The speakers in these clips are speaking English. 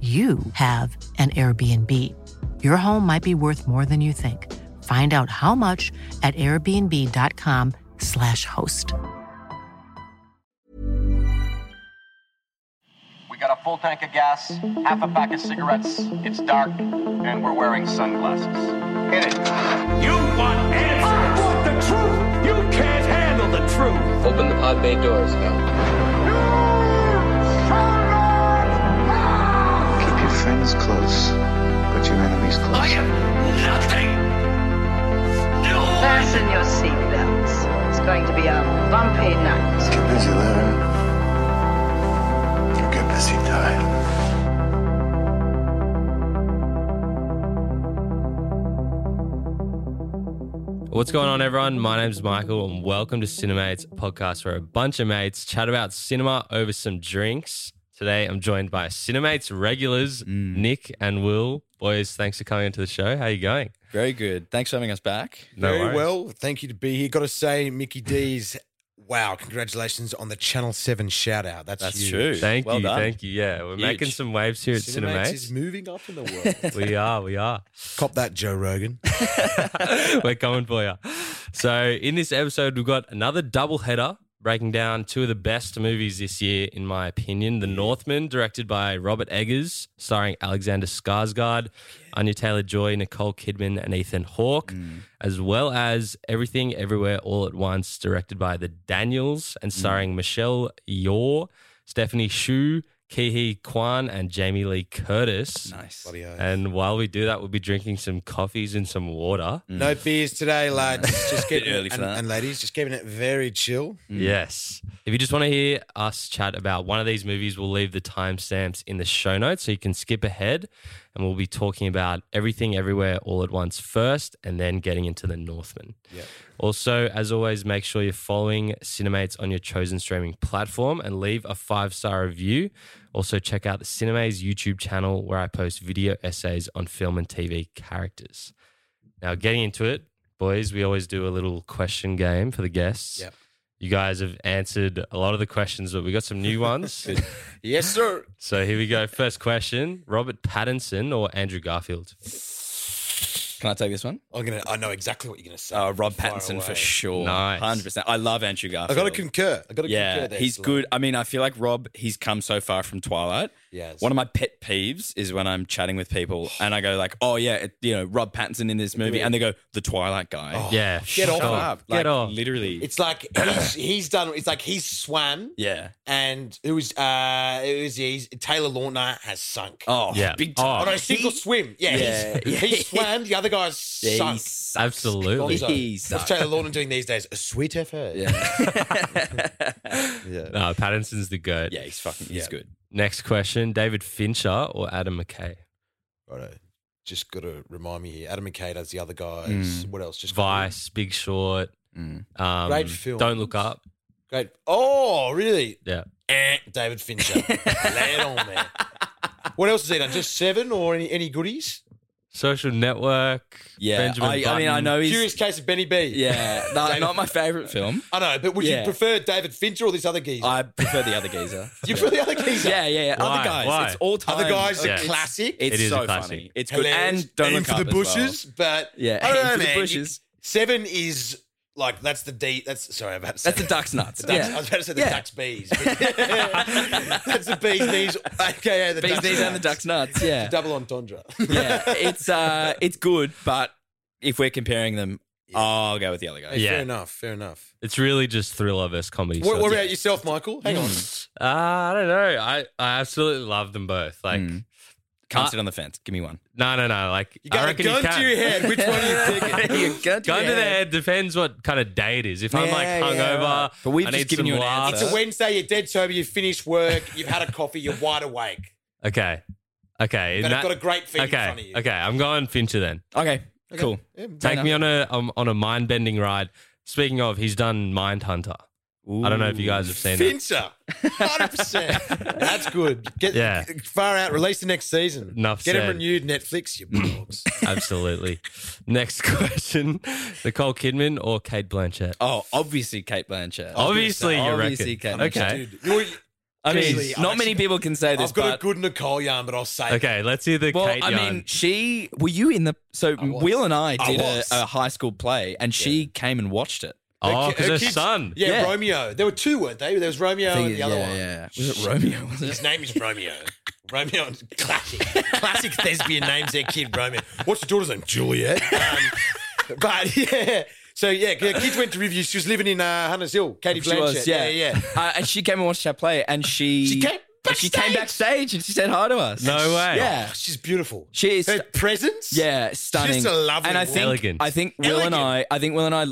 you have an Airbnb. Your home might be worth more than you think. Find out how much at airbnb.com/slash host. We got a full tank of gas, half a pack of cigarettes, it's dark, and we're wearing sunglasses. Hit it. You want answers. I want the truth. You can't handle the truth. Open the pod bay doors, Val. Keep your friends close, but your enemies close. Oh, I am nothing. No. Fasten your seatbelts. It's going to be a bumpy night. Get busy living. You get busy dying. What's going on, everyone? My name's Michael, and welcome to Cinemates, a podcast where a bunch of mates chat about cinema over some drinks. Today, I'm joined by Cinemates regulars, Nick and Will. Boys, thanks for coming into the show. How you going? Very good. Thanks for having us back. No Very worries. well. Thank you to be here. Got to say, Mickey D's, wow, congratulations on the Channel 7 shout out. That's, That's huge. true. Thank Well you, done. thank you. Yeah, we're Huge. making some waves here at Cinemax is Cinemates. moving up in the world. we are, we are. Cop that, Joe Rogan. We're coming for you. So, in this episode, we've got another double header breaking down two of the best movies this year, in my opinion The Northman, directed by Robert Eggers, starring Alexander Skarsgård, Anya Taylor Joy, Nicole Kidman, and Ethan Hawke, as well as Everything Everywhere All at Once, directed by the Daniels and starring Michelle Yeoh, Stephanie Shu, Kihi Kwan, and Jamie Lee Curtis. Nice. Bloody oath. And while we do that, we'll be drinking some coffees and some water. no beers today, lads. Just Bit keeping early it, for and, that. and ladies, just keeping it very chill. Yes. Mm. If you just want to hear us chat about one of these movies, we'll leave the timestamps in the show notes so you can skip ahead and we'll be talking about everything everywhere all at once first and then getting into the Northman. Also, as always, make sure you're following Cinemates on your chosen streaming platform and leave a five star review. Also, check out the Cinemates YouTube channel where I post video essays on film and TV characters. Now, getting into it, boys, we always do a little question game for the guests. Yep. You guys have answered a lot of the questions, but we got some new ones. Yes, sir. so here we go. First question Robert Pattinson or Andrew Garfield? Can I take this one? I'm gonna. I know exactly what you're gonna say. Uh, Rob Fire Pattinson for away. sure. Nice. 100%. I love Andrew I Garfield. got to concur. I got to concur. Yeah, there, he's Sly. good. I mean, I feel like Rob, he's come so far from Twilight. Yes. One of my pet peeves is when I'm chatting with people and I go like, "Oh yeah, it, you know, Rob Pattinson in this movie," and they go, "The Twilight guy." yeah. get off sure. him up. Like, get off. Literally. It's like he's, he's done. It's like he's swam, yeah. and it was uh, it was he's, Taylor Lautner has sunk. Oh, Yeah. big time. Oh. Oh, no, sink or swim. Yeah, Yeah. He's, he swam. The other guy's Yeah, he sunk. sucks. Absolutely. Gonzo. He What's sucks. Taylor Lautner doing these days? A sweet effort. yeah. yeah. No, Pattinson's the goat. yeah, he's fucking. He's Yeah. good. Next question David Fincher or Adam McKay? Righto. Just got to remind me here. Adam McKay does the other guys. Mm. What else? Just Vice, Big Short. Mm. Um, Great films. Don't look up. Great. Oh, really? Yeah. Eh, David Fincher. Lay it on, man. What else has he done? Just seven or any, any goodies? Social Network. Yeah, Benjamin I, I mean, I Button. know he's. Curious Case of Benny B. Yeah, no, David- not my favorite film. I know, but would Yeah. you prefer David Fincher or this other geezer? I prefer the other geezer. you prefer the other geezer? Yeah, yeah, yeah. Why? Other guys. Why? It's all time. Other guys Yeah. are classic. It's It is so a classic. funny. It's good. Hilarious. And don't Aim look for up the as well. bushes, but Yeah, I aim don't for know, the man. bushes. Seven is like that's the D. That's sorry, I'm about to say That's the duck's nuts. The ducks- Yeah. I was about to say the Yeah. duck's bees. that's the bees knees, aka the Bees duck's knees and the nuts. duck's nuts. Yeah. Double entendre. yeah, it's uh, it's good, but if we're comparing them, I'll go with the other guy. Hey, Yeah. Fair enough. Fair enough. It's really just thriller versus comedy. What, so what it's- about yourself, Michael? Hang Mm. on. Uh, I don't know. I, I absolutely love them both. Like, Mm. Can't Uh, sit on the fence. Give me one. no, no, no. Like, You got I a reckon you gun can. to your head. Which one are you picking? You gun to Gun your to the head. head depends what kind of day it is. If I'm Yeah, like yeah, hungover, right. But we've I just need given some you an laughs. answer. It's a Wednesday. You're dead sober. You've finished work. You've had a coffee. You're wide awake. Okay, okay. in And I've that- got a great feed in front of okay, you. okay. I'm going Fincher then. Okay, cool. Take me on a um, on a mind bending ride. Speaking of, he's done Mind Hunter. I don't know if you guys have seen it. Fincher, hundred percent. That's good. Get Yeah. far out. Release the next season. Enough Get said. them renewed. Netflix, you dogs. Absolutely. Next question: Nicole Kidman or Kate Blanchett? Oh, obviously Kate Blanchett. Obviously, you Obviously reckon. Kate Blanchett. Okay. Dude, you're- I mean, Actually, not I've many actually- people can say this. I've got a but- good Nicole yarn, but I'll say Okay, let's hear the Well, Kate I yarn. mean, she. Were you in the? So was. Will and I I did a, was. a high school play, and she came and watched it. Her oh, ki- because her, kids- son. Yeah, Yeah. Romeo. There were two, weren't they? There was Romeo and the other yeah, one. yeah. Was it Romeo? Was it? His name is Romeo. Romeo, and- classic, classic thespian names their kid Romeo. What's the daughter's name? Juliet. Um, but yeah, so yeah, her kids went to review. She was living in uh, Hunters Hill. Katie She Blanchett. was, yeah, yeah, yeah. Uh, and she came and watched our play, and she She came and she came backstage and she said hi to us. No way. Yeah, Oh, she's beautiful. She is- Her presence. yeah, stunning. Just a lovely and I woman. think Elegant. I think Will and I, Elegant. I think Will and I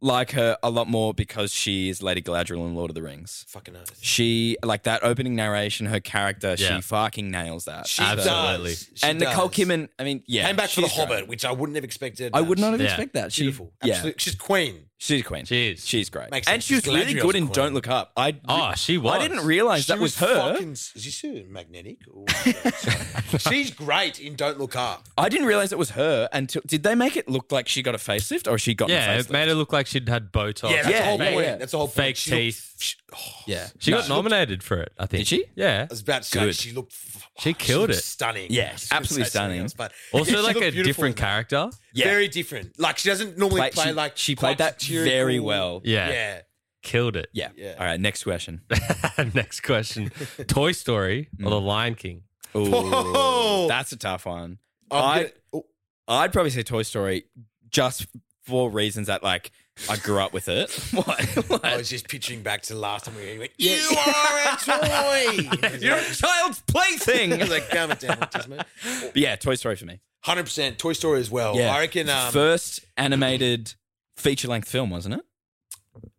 like her a lot more because she is Lady Galadriel in Lord of the Rings. Fucking earth. She like that opening narration, her character, Yeah. she fucking nails that. She Absolutely. does. She and Nicole does. Kidman, I mean, yeah, came back for the she's Hobbit, great. which I wouldn't have expected. I would not have Yeah. expected that. She, Beautiful. yeah, Absolutely. She's queen. she's queen. She is. She's great, Makes and sense. she was She's really Galadriel's good in queen. Don't Look Up. I Oh, she was. I didn't realize She that was, her. Fucking, is she magnetic? Or- she's great in Don't Look Up. I didn't realize it was her until. Did they make it look like she got a facelift or she got? Yeah, a it facelift? made her look like she'd had Botox. Yeah, that's Yeah, the whole yeah, point. yeah. That's the whole point. Fake She looked- teeth. she- oh, Yeah, She got nominated for it, I think. Did she? Yeah. I was about to say Good. she looked. f- She killed looked it. Stunning. Yes, I was gonna absolutely say something stunning. else, but Also, Yeah, she like looked a beautiful different in that. character. Very different. Like she doesn't normally Play- play she- like she played quite that very satirical- well. Yeah. Yeah. Killed it. Yeah. Yeah. All right. Next question. Next question Toy Story or The Lion King? Whoa. Ooh, Mm. that's a tough one. I'm I- gonna- oh, I'd probably say Toy Story, just for reasons that like I grew up with it. what? What? I was just picturing back to the last time we were here. You went, You are a toy. You're a child's plaything. I was like, damn it, damn it, Desmond. But yeah, Toy Story for me. 100% Toy Story as well. Yeah, I reckon. Um, first animated feature length film, wasn't it?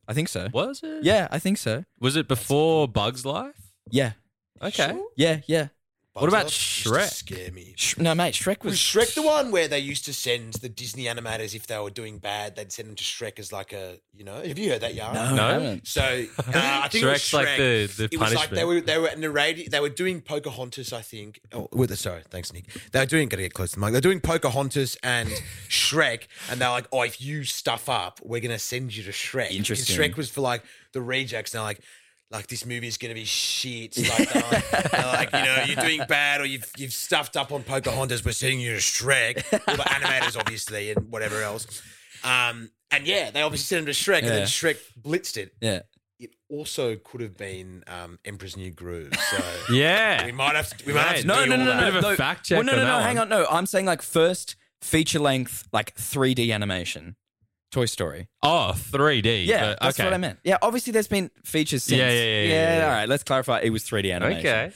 I think so. Was it? Yeah, I think so. Was it before Bugs Life? Yeah, Okay. yeah, yeah. What about Bugs Life Shrek? used to Scare me. Sh- no, mate, Shrek was Was Shrek the one where they used to send the Disney animators if they were doing bad, they'd send them to Shrek as like a, you know, have you heard that yarn? No, No? I haven't. So uh, I think it was Shrek's like Shrek. the- the it was like they punishment. were they were narrating they were doing Pocahontas, I think. Oh, with the, sorry, thanks, Nick. They were doing gotta get close to the mic. They're doing Pocahontas and Shrek, and they're like, oh, if you stuff up, we're gonna send you to Shrek. 'Cause Interesting. Shrek was for like the rejects. And they're like. Like this movie is gonna be shit. Like, they're like, they're like, you know, you're doing bad, or you've you've stuffed up on Pocahontas. We're sending you to Shrek, all the animators, obviously, and whatever else. Um, and yeah, they obviously sent him to Shrek, and Yeah. then Shrek blitzed it Yeah. it also could have been um, Emperor's New Groove. So Yeah. we might have to, we might have Mate, to No, do no, all no, no, that. no, Bit of a no. fact Well, check no, no, on that no. one. Hang on. No, I'm saying like first feature length, like 3D animation, Toy Story. Oh, 3D. Yeah, but- that's okay. what I meant. Yeah, obviously there's been features since. Yeah, yeah, yeah, yeah, yeah. All right, let's clarify. It was 3D animation. Okay.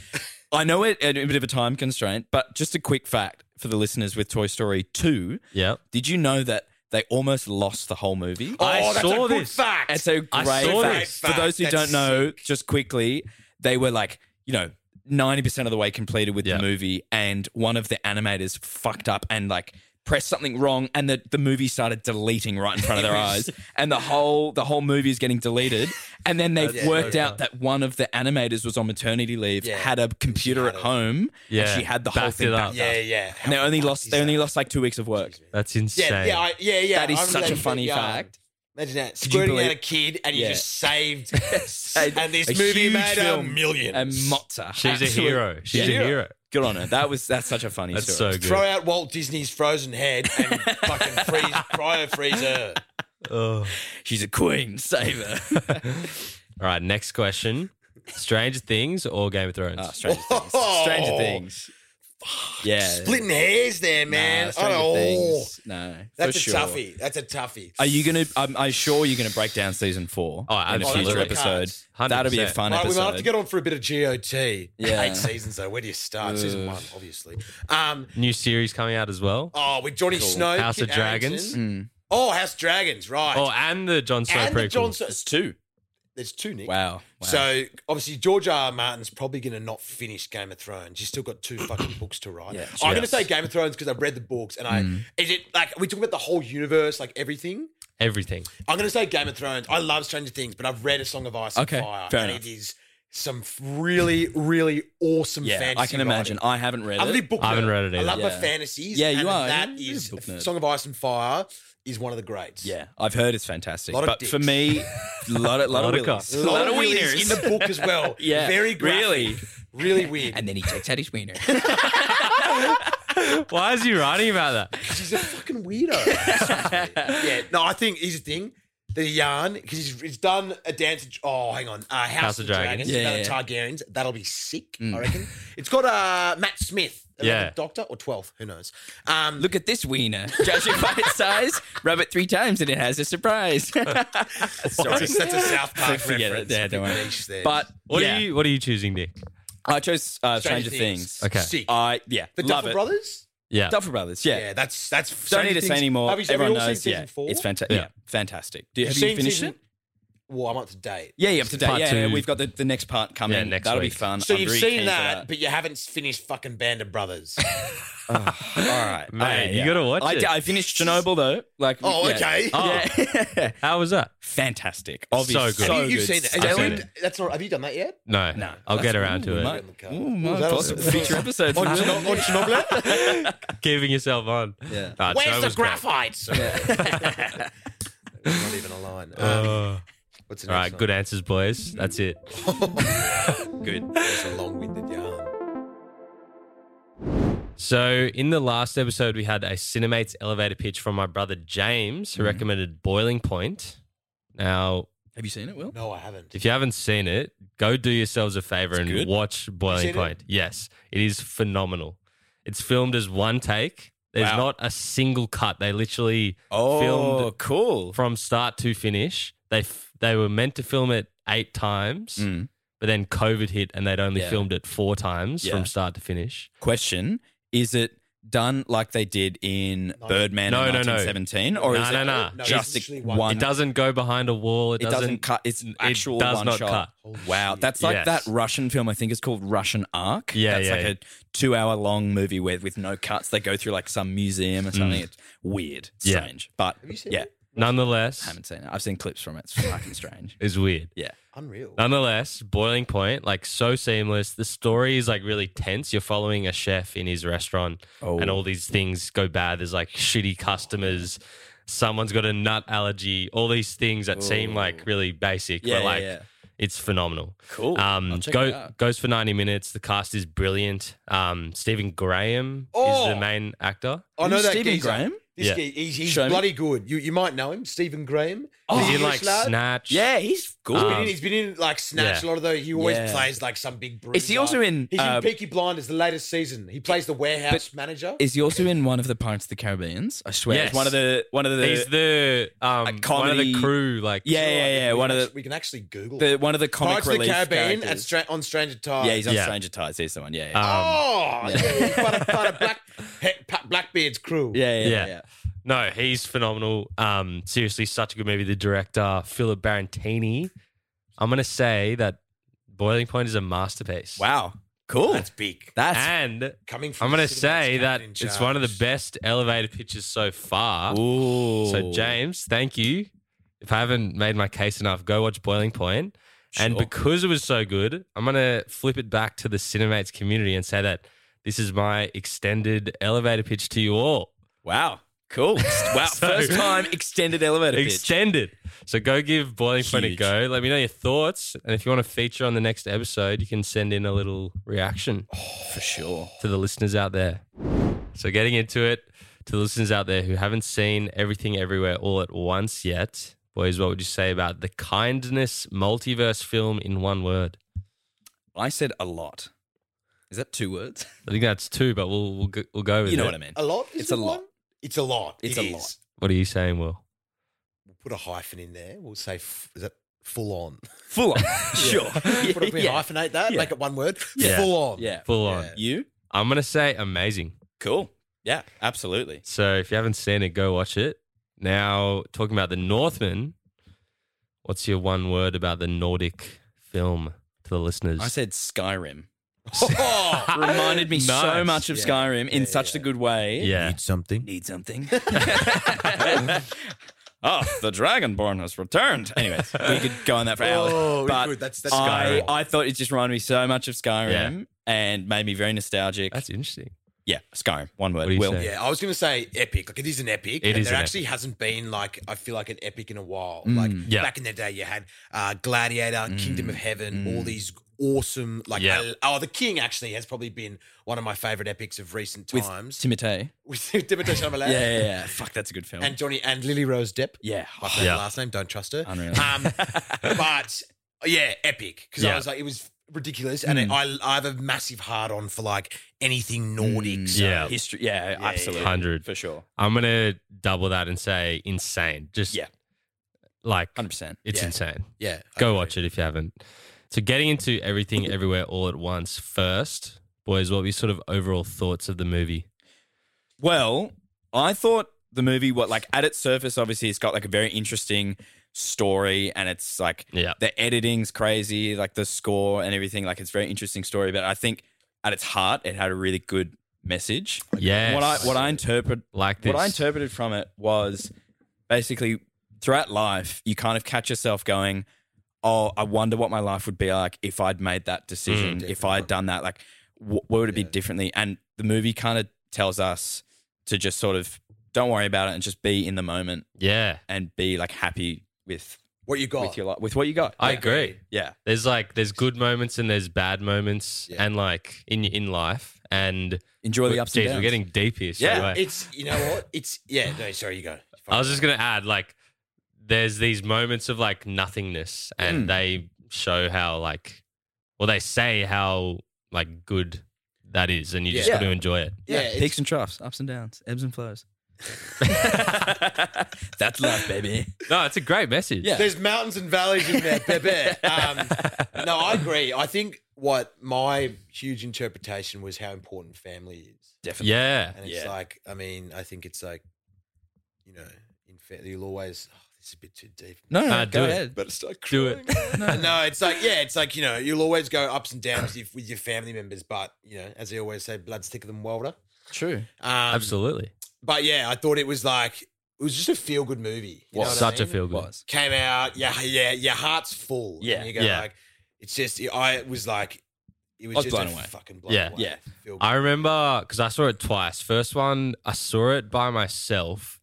I know it a bit of a time constraint, but just a quick fact for the listeners with Toy Story 2. Yep. Did you know that they almost lost the whole movie? Oh, I that's saw a good this. fact. It's a great I saw fact. this. For those who That's don't know, just quickly, they were like, you know, 90% of the way completed with Yeah. the movie, and one of the animators fucked up and like pressed something wrong and the, the movie started deleting right in front of their eyes and the whole the whole movie is getting deleted and then they That's worked so out that one of the animators was on maternity leave Yeah. had a computer at had it. home Yeah. and she had the whole Backed thing it back up. up. yeah, yeah, and they only lost they only lost like 2 weeks of work That's insane. yeah, yeah, I, yeah, yeah. That is I remember such a bit, funny yeah. fact. Imagine that you squirting believe- out a kid, and you Yeah. just saved. Saved and this a movie huge made a film. million. and Mozza She's a hero. She's a Yeah. hero. Good on her. That was that's such a funny That's so story. good. Throw out Walt Disney's frozen head and fucking freeze, cryo freeze her. She's a queen, save her. All right, next question. Stranger Things or Game of Thrones? Ah, Stranger Things. Stranger Things. Yeah. Splitting hairs there, Nah, man. Stranger oh, Things. No. that's for a sure. toughie. That's a toughie. Are you gonna? I'm, I'm sure you're gonna break down season four. Oh, in a absolutely. future Oh, on that's the episode. cards. That'll be a 100%. fun Right, we episode. might have to get on for a bit of GOT. Yeah. Eight seasons though. Where do you start? Season one, obviously. Um, New series coming out as well. oh, with Johnny Snow, House Kit of Dragons. Harington. Hmm. Oh, House of Dragons, right? Oh, and the John Snow and prequel. the John Snow. It's two. There's two, Nick. Wow. wow. So obviously George R. R. Martin's probably going to not finish Game of Thrones. He's still got two fucking books to write. Yeah, I'm going to yes. Mm. say Game of Thrones because I've read the books and I is it like we talk about the whole universe, like everything. Everything. I'm going to say Game of Thrones. I love Stranger Things, but I've read A Song of Ice Okay, and Fire, fair and enough. it is some really, really awesome yeah, fantasy. I can imagine. I haven't read I've it. really book I haven't read it I either. love my Yeah. fantasies. Yeah, you and are. That You're a is book nerd. Song of Ice and Fire is one of the greats. yeah, I've heard it's fantastic. Lot of But for dicks. me, lot of lot Lot of of willies. cocks. A lot, of wieners in the book as well. Yeah, very graphic, really. really weird. And then he takes out his wiener. Why is he writing about that? He's a fucking weirdo. yeah. No, I think here's the thing. The yarn because he's, he's done a dance. Oh, hang on, uh, House, of Dragons, Yeah, Mm. about the Targaryens. That'll be sick, I reckon. It's got uh, Matt Smith, Yeah. yeah, Doctor or Twelfth, who knows? Um, Look at this wiener. Judging by its size, rub it three times and it has a surprise. Sorry. that's, a, that's a South Park Forget it. reference. Yeah, don't I think worry. Manish there. But What yeah, are you What are you choosing, Nick? I chose uh, Stranger, Things. Okay. Sick. I yeah, the love Duffer it. Brothers. Yeah. Duffer Brothers. Yeah. Yeah, that's that's. Don't Stranger need to say Things- anymore. Have you, have you Everyone all knows. seen Yeah, season four? it's fantastic. Yeah. Yeah. fantastic. Do, have You've you seen finished season- it? Well, I'm up to date. Yeah, yeah, up to date. Part Yeah, yeah, two. we've got the, the next part coming. Yeah, next That'll be week. fun. So I'm you've very keen seen for that, but you haven't finished fucking Band of Brothers. All right, Man, you gotta watch I, it. d- I finished Chernobyl though. Like, Oh, yeah. okay. Yeah. How was that? fantastic. Obviously, good. so you, have good. seen that. I've Have seen you- it. That's not. Have you done that yet? No. No, I'll that's- get around ooh, to it. might- Cut. ooh, Ooh, might that was- possible future episodes. On man. Chernob- on Chernobyl? Giving yourself on. Yeah. Nah, Where's Joe the was great. graphite? not even a line. Um, Uh, what's the all next right. one? Good answers, boys. That's it. good. It's a long-winded yarn. So, in the last episode, we had a Cinemates elevator pitch from my brother James, Mm-hmm. who recommended Boiling Point. Now, Have you seen it, Will? No, I haven't. if you haven't seen it, go do yourselves a favor and good. watch seen Boiling it? Point. Yes, it is phenomenal. It's filmed as one take. There's Wow. not a single cut. They literally Oh, filmed cool. from start to finish. They f- they were meant to film it eight times, Mm. but then COVID hit and they'd only Yeah. filmed it four times Yeah. from start to finish. Question: Is it done like they did in Birdman No, in no, no. 1917, or Nah, is nah, it nah. No, just it's a- literally one? one- It doesn't go behind a wall. It, It doesn't, cut. It's it actual does one not shot. cut. Wow, that's like Yes. that Russian film. I think it's called Russian Ark. Yeah, that's yeah, like yeah. a two-hour-long movie where with no cuts. They go through like some museum or something. It's weird, Mm. Yeah. strange. But Have you seen yeah, it? I Nonetheless, haven't seen it. I've seen clips from it. It's fucking strange. is weird. Yeah, Unreal. Nonetheless, boiling point, like so seamless. The story is like really tense. You're following a chef in his restaurant, Oh. and all these things go bad. There's like shitty customers. Someone's got a nut allergy. All these things that seem like really basic, Yeah, yeah, but like yeah. it's phenomenal. Cool. I'll Um, check it go, out. goes for 90 minutes. The cast is brilliant. Um, Stephen Graham is Oh. the main actor. I know Who's that Stephen geezer. Graham? This Yeah. ge- he's, he's Show me. bloody good. You you might know him, Stephen Graham. Oh, He's The in like English lad. Snatch. yeah, he's good. He's been, Um, in, he's been in like Snatch a yeah. lot of the. He always Yeah. plays like some big. Bruiser. Is he also in, He's uh, in Peaky Blinders, the latest season. He plays the warehouse manager. Is he also in one of the Pirates of the Caribbean's? I swear, it's Yes. one of the one of the He's the um, one of comedy- the crew. Like yeah yeah Right, yeah we one can of act- we can actually Google. the, the it. one of the comic Pirates of the relief Caribbean at characters. Stra- on Stranger Tides. yeah, he's on Yeah. Um, Stranger Tides. He's the one. Yeah, yeah, oh, yeah, part of, part of Black he- Pa- Blackbeard's crew. yeah, yeah, yeah. yeah. No, he's phenomenal. Um, seriously, such a good movie. The director, Philip Barantini. I'm gonna say that Boiling Point is a masterpiece. Wow, cool. that's big. That's And Coming from I'm gonna the cinema, say it's that Captain in it's one of the Charge. best elevator pitches so far. Ooh. So James, thank you. If I haven't made my case enough, go watch Boiling Point. And Sure. because it was so good, I'm gonna flip it back to the Cinemates community and say that this is my extended elevator pitch to you all. Wow. Cool. Wow. So- First time extended elevator pitch. extended. So go give Boiling Point a Huge. go. Let me know your thoughts, and if you want to feature on the next episode, you can send in a little reaction For sure. to the listeners out there. So getting into it, to the listeners out there who haven't seen Everything Everywhere All at Once yet, boys, what would you say about the kindness multiverse film in one word? I said a lot. Is that two words? I think that's two, but we'll we'll go, we'll go with you know it. what I mean. A lot? Is It's a it lot. one? It's a lot. It's It a lot. is. What are you saying, Will? We'll put a hyphen in there. We'll say, f- is that full on? Full on. sure. Put a, we yeah. hyphenate that, Yeah. make it one word. Yeah. Full on. Yeah. Full Yeah. on. You? I'm gonna say amazing. Cool. Yeah, absolutely. So if you haven't seen it, go watch it. Now talking about the Northman, what's your one word about the Nordic film to the listeners? I said Skyrim. Oh, Reminded me so Nice. much of Yeah, Skyrim in yeah, such yeah. a good way. yeah, Need something. Need something. oh, the Dragonborn has returned. Anyways, we could go on that for hours. Oh, we but could. That's- that's I, Skyrim. I thought it just reminded me so much of Skyrim Yeah. and made me very nostalgic. that's interesting. yeah, Skyrim. One word. What do you Will. say? Yeah, I was going to say epic. Like it is an epic. It and is there an Mm. actually hasn't been like I feel like an epic in a while. like Yeah. Mm. back in the day, you had uh, Gladiator, Kingdom of Heaven, all these awesome like Yeah. I- oh the King actually has probably been one of my favorite epics of recent With times Timothée. with Timothée Chalamet. Yeah, yeah, yeah. Fuck, that's a good film. And Johnny and Lily Rose Depp. yeah. I forgot Yeah. her last name. Don't trust her. Unreal. Um, but yeah, epic. Because I Yeah. Mm. was like, it was ridiculous, and I, I have a massive heart on for like anything Nordic. so- Mm, Yeah. History. Yeah, absolutely. 100. For sure. I'm gonna double that and say insane. Just Yeah. like 100%. it's Yeah. insane. yeah. Go watch it if you haven't. So getting into everything everywhere all at once first, boys, what were your sort of overall thoughts of the movie? Well, I thought the movie, what like at its surface, obviously it's got like a very interesting story, and it's like Yeah. the editing's crazy, like the score and everything. Like it's a very interesting story, but I think at its heart, it had a really good message. Yes. What I what I interpret like this. what I interpreted from it was basically throughout life, you kind of catch yourself going, Oh, I wonder what my life would be like if I'd made that decision, Mm. if I'd done that. Like, wh- what would it be differently? And the movie kind of tells us to just sort of don't worry about it and just be in the moment yeah, and be like happy with What you got? with your life, with what you got. Oh. I Yeah. agree. Yeah. There's like there's good moments and there's bad moments Yeah. and like in in life and Enjoy the ups and Jeez, downs. we're getting deep here. straight Yeah, away. It's you know what? It's yeah. No, sorry, you go. I was just gonna add, like, there's these moments of like nothingness, and Hmm. Mm. they show how like, well, they say how like good that is, and you just Yeah. got to enjoy it. yeah. yeah, it's- peaks and troughs, ups and downs, ebbs and flows. That's life, baby. No, it's a great message. Yeah. There's mountains and valleys in there, Pepe. Um, no, I agree. I think what my huge interpretation was how important family is, Definitely. yeah, and it's Yeah. like, I mean, I think it's like, you know, in fa- you'll always. Oh, this is a bit too deep. No, no, Uh, go do it. ahead. Better start Do it. No, no, it's like yeah, it's like you know, you'll always go ups and downs if, with your family members, but you know, as they always say, blood's thicker than water. True. Um, absolutely. But yeah, I thought it was like it was just a feel good movie. You know what I Such a mean? feel good. Was. Came out, yeah, yeah, your heart's full. Yeah, and you go yeah. like, it's just I was like, it was, I was just blown a away. fucking blown Yeah. away. Yeah. feel good. I remember because I saw it twice. First one, I saw it by myself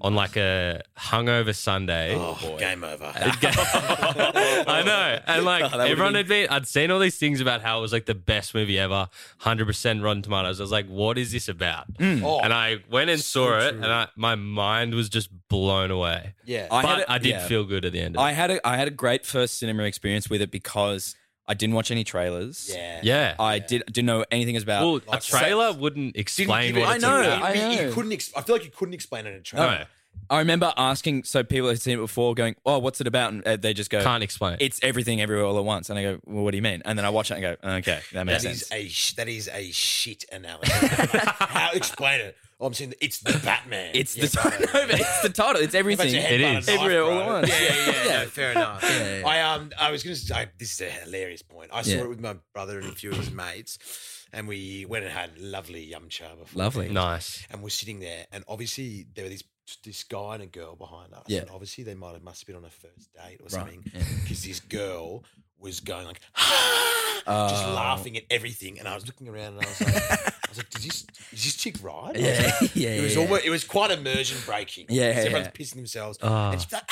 on like a hungover Sunday. oh, game over. I know. And like Oh, that would've everyone been- had been, I'd seen all these things about how it was like the best movie ever, 100% Rotten Tomatoes. I was like, what is this about? Oh, And I went and So saw it true. and I, my mind was just blown away. yeah, I had But a- I did yeah. feel good at the end of I it. had a I had a great first cinema experience with it because I didn't watch any trailers. yeah, Yeah. I did didn't know anything about. well, a Like, trailer so- wouldn't Didn't explain give it- what I it's know, about. I It'd be- You know. couldn't. Ex- I feel like you couldn't explain it in a trailer. no, I remember asking so people had seen it before, going, "Oh, what's it about?" And uh, they just go, can't explain it. "It's everything, everywhere, all at once." And I go, "Well, what do you mean?" And then I watch it and go, "Okay, that makes That sense." is a sh- that is a shit analogy. How explain it? Oh, I'm saying it's the Batman. it's Yeah, the title. Batman. no, but it's the title. It's How about everything. your It headbutt and is. knife, Everywhere all bro? at once. Yeah, yeah, yeah. Yeah. no, fair enough. Yeah, yeah. I um, I was gonna. Say, I- this is a hilarious point. I saw Yeah. it with my brother and a few of his mates, and we went and had lovely yum cha before. Lovely. nice. And we're sitting there, and obviously there were these this guy and a girl behind us. Yeah. And obviously they might have must have been on a first date or Right. something, Yeah. because this girl was going like. just Oh. laughing at everything. And I was looking around and I was like, I was like, Did this, is this chick right? I was Yeah, like- yeah, It was yeah. almost, it was quite immersion breaking. Yeah, Because yeah, everyone's yeah. pissing themselves. Ah. And she's like,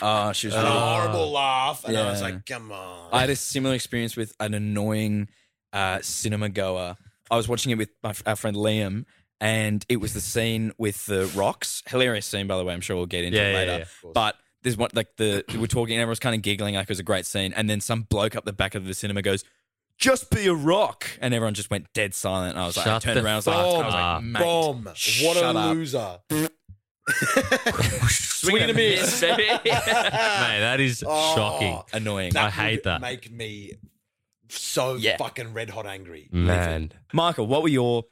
Oh, she was. and Really a horrible laugh. And I was Yeah. like, come on. I had a similar experience with an annoying uh, cinema goer. I was watching it with my, our friend Liam, and it was the scene with the rocks. Hilarious scene, by the way. I'm sure we'll get into Yeah, it yeah, later. yeah, of But there's one like the we're talking, and everyone's kind of giggling like it was a great scene, and then some bloke up the back of the cinema goes. Just be a rock, and everyone just went dead silent. And I was like, I Shut turned the around, I was like, I was fuck like mate, Bomb. What shut a up. loser. Swing and a miss, baby. Mate, that is Oh, shocking. Annoying. That- I would hate Make me so Yeah. fucking red hot angry. Man. Michael, what were your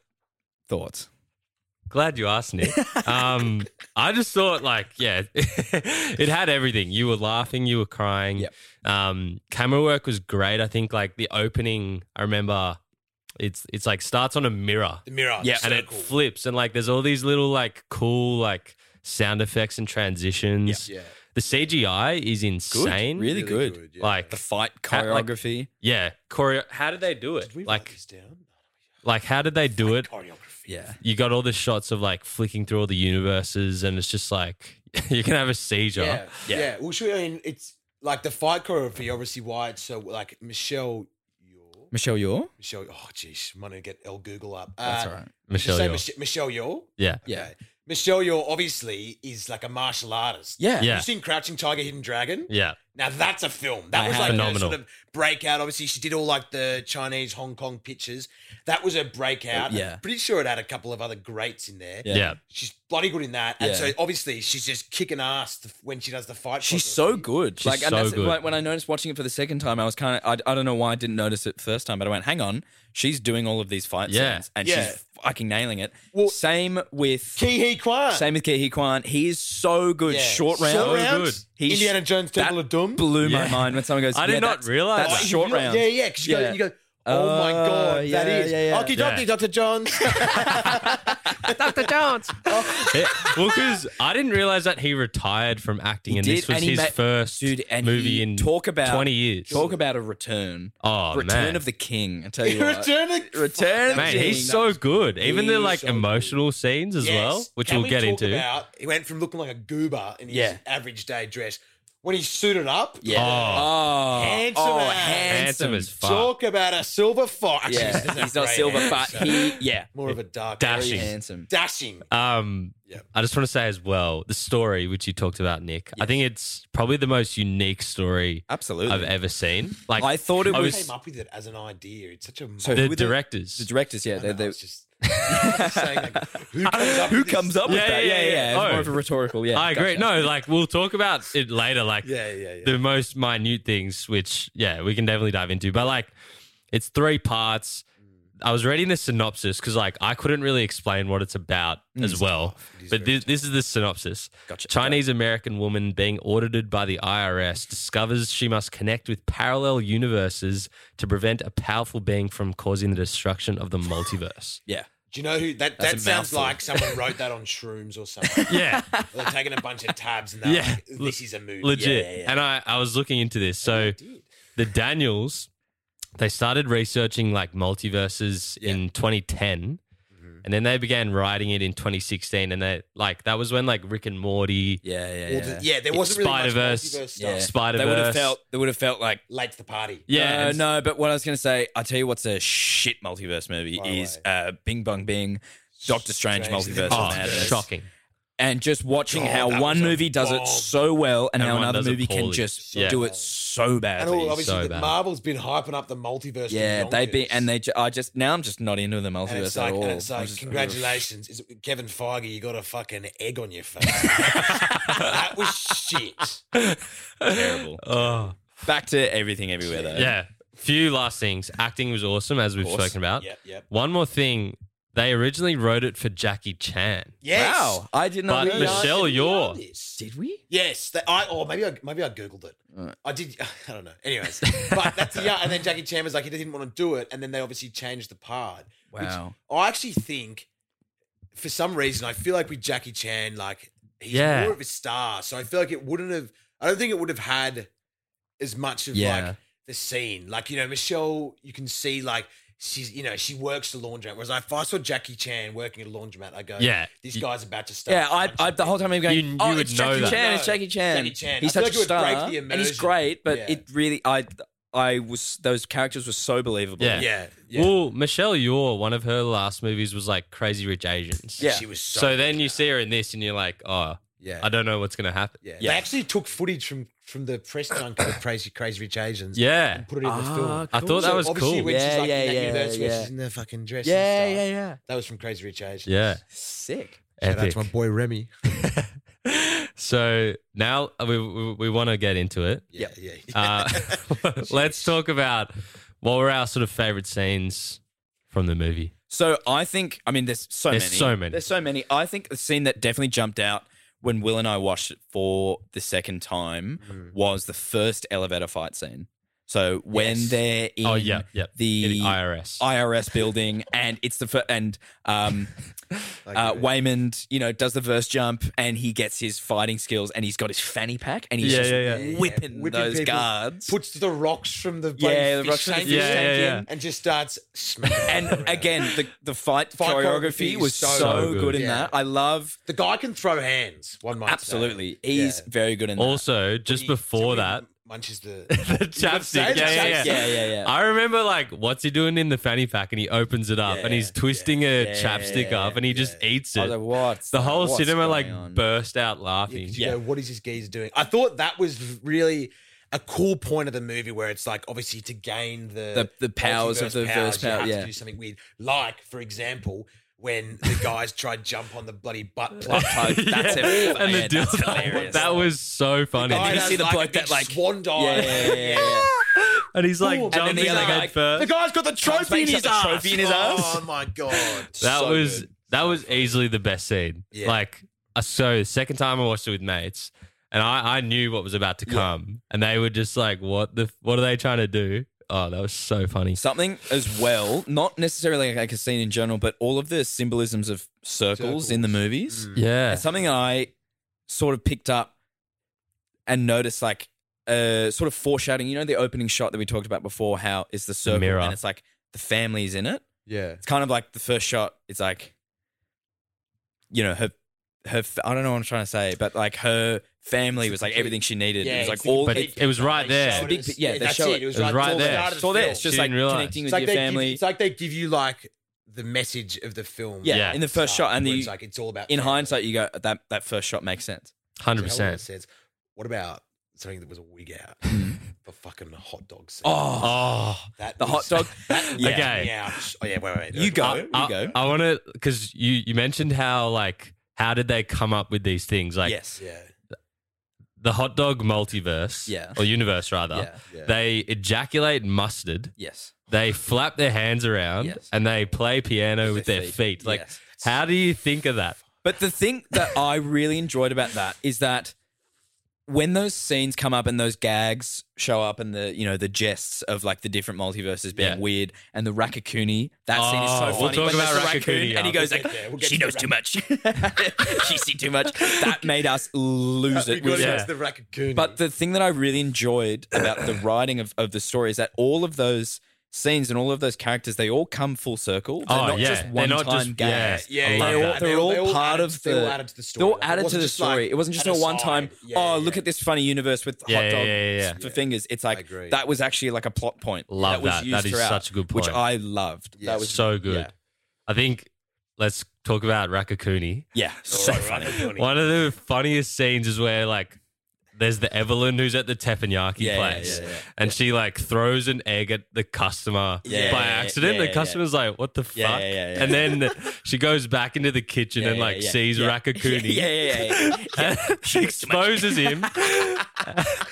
thoughts? Glad you asked, Nick. Um, I just thought, like, yeah, it had everything. You were laughing, you were crying. Yep. Um, camera work was great. I think, like, the opening, I remember it's it's like starts on a mirror The mirror. Yeah, and it circle. flips, and like, there's all these little, like, cool, like, sound effects and transitions. Yeah. The CGI is insane. Really, good. yeah. Like, The fight Cat, like- choreography. yeah, choreo. How did they do it? Did we write Like, this down? like, how did they do it? Choreography. yeah. you got all the shots of like flicking through all the universes, and it's just like you can have a seizure. Yeah. Yeah. yeah. Well, sure. I mean, it's like the fight choreography, obviously, why it's so like Michelle. Yeoh- Michelle Yeoh? Michelle, oh jeez, I'm gonna get El Google up. Uh, That's all right. did you Michelle, say Yeoh. Mich- Michelle Yeoh. yeah, Yeah. Okay. Michelle Yeoh obviously is like a martial artist. Yeah. Yeah. You've seen Crouching Tiger, Hidden Dragon. yeah, Now that's a film. That I was have. like Phenomenal. a sort of breakout. Obviously, she did all like the Chinese Hong Kong pictures. That was a breakout. Yeah. I'm pretty sure it had a couple of other greats in there. Yeah. yeah, She's bloody good in that. And Yeah. so obviously she's just kicking ass th- when she does the fight. She's choreography. so good. She's like, and so that's, good. Like, when I noticed watching it for the second time, I was kind of, I, I don't know why I didn't notice it first time, but I went, hang on, she's doing all of these fight Yeah. scenes and Yeah. she's fucking nailing it. Well- same with, Ki Hee Kwan. same with Ki Hee Kwan. He is so good. Yeah. Short round. Short round. good. He's- Indiana Jones that Temple of Doom. blew my Yeah. mind when someone goes, I did yeah, not that's- realize That's that. short round. Yeah, yeah. Because you, go- Yeah. you go, oh my Oh, God, that yeah, is. yeah, yeah. Okie Yeah. dokie, Dr. Johns. Doctor Jones. well, because I didn't realize that he retired from acting, He and did, this was and he his ma- first Dude, and movie he- in talk about- twenty years. Talk about a return. oh return man, of the king. I tell you what. Return of Return of the man, king. he's so good. Even the he's like so good. emotional scenes as Yes. well, which Can we'll we get talk into. About, he went from looking like a goober in his Yeah. average day dress. When he suited up, Yeah. Oh, Handsome Oh, as- Handsome as fuck. talk about a silver fox. Yeah, doesn't have he's not grey silver, hair, but so- he yeah, more of a dark Dashing. area. handsome. Dashing. Um, Yep. I just want to say as well the story which you talked about, Nick. I think it's probably the most unique story Absolutely. I've ever seen. Like I thought it I Who was- came up with it as an idea? It's such a So the who the- directors. the directors, yeah, I they, know, they, it's just, I'm just saying, like, who comes up? who with this? comes up with Yeah, that? yeah, Yeah, yeah. yeah. It's Oh. more of a rhetorical. Yeah, I agree. gotcha. No, like we'll talk about it later. Like Yeah, yeah, yeah. the most minute things, which yeah, we can definitely dive into. But like, it's three parts. Mm. I was reading the synopsis because like I couldn't really explain what it's about Mm. as well. But this, this is the synopsis. Gotcha. Chinese American woman being audited by the IRS discovers she must connect with parallel universes to prevent a powerful being from causing the destruction of the multiverse. Yeah, Do you know who that? That's That a sounds mouthful. like someone wrote that on shrooms or something. yeah. They're taking a bunch of tabs and they're Yeah. like, "This is a movie." legit. Yeah, yeah, And I, I was looking into this. So the Daniels, they started researching like multiverses in 2010, Mm-hmm. and then they began writing it in 2016. And they like that was when like Rick and Morty, yeah, yeah. yeah. Or the- yeah, there wasn't really much Spider Verse, multiverse stuff. Yeah. Spider They would have Verse. felt. They would have felt like. Late to the party. yeah, Yeah, and- no, but what I was going to say, I tell you what's a shit multiverse movie Far is away. uh, Bing Bong Bing, Doctor Strange, Strange. multiverse. of Oh, Madness. shocking. and just watching God, how that one was a movie does it bomb. so well and, And how one another does it movie can poorly. just Yeah. do it so And badly. all, obviously, so the bad. Marvel's been hyping up the multiverse. yeah, to they've been yonkers. and they. Ju- I just now I'm just not into the multiverse And it's at like, all. and it's I'm like just- congratulations, is it Kevin Feige, you got a fucking egg on your face. that was shit. terrible. Oh, Back to everything everywhere though. yeah. Few last things. Acting was awesome, as we've course. spoken about. Yep, yep. One more thing. They originally wrote it for Jackie Chan. Yes. Wow, I did not. But realize- Michelle- Yeoh. Yeoh. did we? Yes, that I or maybe I maybe I googled it. I did. I don't know. Anyways, but that's yeah. And then Jackie Chan was like he didn't want to do it, and then they obviously changed the part. which Wow. I actually think for some reason I feel like with Jackie Chan, like he's Yeah. more of a star, so I feel like it wouldn't have. I don't think it would have had as much of Yeah. like the scene. Like you know, Michelle, you can see like. She's, you know, she works the laundromat. Whereas if I saw Jackie Chan working at a laundromat, I go, Yeah. this guy's about to start. Yeah, I, I the whole time I'm going. You- you oh, would it's know Jackie that. Chan. It's No, Jackie Chan. Jackie Chan. He's I such feel like a it would break star, the and he's immersion. great. But Yeah. it really, I, I was those characters were so believable. Yeah. Yeah, yeah. Well, Michelle Yeoh, one of her last movies was like Crazy Rich Asians. Yeah. She was so. So, then you see her in this and you're like, oh, Yeah. I don't know what's going to happen. yeah. Yeah. They actually took footage from from the press dunk of Crazy Crazy Rich Asians. Yeah. And put it in the film. I thought that was obviously cool. when she's Yeah, like Ah, yeah, in that yeah, universe where yeah. she's in the fucking dress. Yeah, and stuff. yeah, yeah. That was from Crazy Rich Asians. yeah. Sick. Shout out Epic. to my boy Remy. So now we, we, we want to get into it. Yeah, yeah. Uh, let's talk about what were our sort of favorite scenes from the movie. So I think I mean there's so There's many. so many. There's so many. I think the scene that definitely jumped out when Will and I watched it for the second time Mm. was the first elevator fight scene. So when Yes. they're in Oh, yeah, yeah. In the the IRS. IRS building and it's the fir- and um uh, Waymond, you know, does the verse jump and he gets his fighting skills and he's got his fanny pack and he's Yeah, just yeah, Yeah, whipping whipping those people, guards. Puts the rocks from the yeah, bloody the fish rocks from the tank fish Yeah, tank yeah, in. and just starts smacking. And around. again, the, the fight, Fight choreography, choreography was is so, so good, good. in Yeah. that. I love the guy can throw hands. One might say. absolutely. He's Yeah. very good in that. Also, just before He that, munches the the say chapstick. the Yeah, yeah, yeah. chapstick. yeah, yeah, yeah. I remember like, what's he doing in the fanny pack? And he opens it up and he's twisting a chapstick up and he just eats I it. was like, what's the whole what's cinema going like on? burst out laughing. Yeah, 'cause you go, what is this geezer doing? I thought that was really a cool point of the movie where it's like obviously to gain the The- the powers of multiverse the verse you power, have yeah. to do something weird. Like for example, when the guys tried jump on the bloody butt plug. Oh, that's Yeah. it. And Yeah, the that's dildo. hilarious. That was so funny. guy then you has, see the like, a bloke big that, like- swan dive. Yeah, yeah, yeah, yeah, And he's like And then jumping the other guy, head like, first. The guy's got the trophy in his ass. Trophy in his Oh ass. my god. that so was good. that was easily the best scene. Yeah. Like uh, so, the second time I watched it with mates, and I, I knew what was about to come, and they were just like, "What the? f- What are they trying to do?" Oh, that was so funny. Something as well, not necessarily like a scene in general, but all of the symbolisms of circles, Mm. in the Mm. movies. yeah, It's something I sort of picked up and noticed, like uh, sort of foreshadowing. You know, the opening shot that we talked about before, how it's the circle mirror. and it's like the family's in it. Yeah. It's kind of like the first shot. It's like, you know, her, her. f- I don't know what I'm trying to say, but like her family was like everything she needed. it was like all. But it- it was right there. It's the big pi- yeah, they that's show it. it. It was It was right, it's right all the there. start of it's the all there. film. It's just She like didn't realize. connecting with It's like your they family. Give, it's like they give you like the message of the film. Ah, yeah, Yeah. in the first shot, and where the, it's like it's all about in family. hindsight, you go that that first shot makes sense. hundred It's a hell of a percent. sense. What about something that was a wig out? the fucking hot dog scene. Oh, that Hmm. the hot was- dog. That, Yeah. Okay. Yeah. Oh yeah. Wait. Wait. wait. You go. I, you I, go. I want to because you you mentioned how like how did they come up with these things like yes. Yeah. the hot dog multiverse Yeah. or universe rather Yeah. Yeah. they ejaculate mustard Yes. They flap their hands around Yes. and they play piano with their feet. Like, Yes. how do you think of that? But the thing that I really enjoyed about that is that when those scenes come up and those gags show up and the you know the jests of like the different multiverses being Yeah. weird and the Rakakuni that scene is Oh, so funny. we'll talk When about there's a Rakakuni raccoon and he after. goes We'll like, get there, we'll get "She to knows the too much. she see too much." That made us lose We it. with got Yeah. yeah. the raccoon. but the thing that I really enjoyed about the writing of, of the story is that all of those scenes and all of those characters, they all come full circle. They're Oh, not yeah. just They're one not time just- gag. yeah, I They're, love all, that. they're They all- all they all part added- of the. they all added to the story. They're all Like, it added to wasn't the just like story. it wasn't just a an one time. aside. Yeah, oh, yeah, look yeah. at this funny universe with Yeah, hot yeah, dog yeah, yeah. for fingers. It's like agree. that was actually like a plot point. Love that. Was that. used That is throughout, such a good which point. I loved. That was so good. yeah. I think let's talk about Rakakuni. Yeah, so funny. One of the funniest scenes is where like there's the Evelyn who's at the teppanyaki Yeah, yeah, place, yeah, yeah. and she like throws an egg at the customer Yeah, by yeah, yeah, accident. yeah, the yeah. customer's like, "What the fuck?" Yeah, yeah, yeah, yeah. And then she goes back into the kitchen Yeah, and yeah, like yeah. sees Yeah. Rakakuni. Yeah, yeah, yeah, yeah. She exposes him,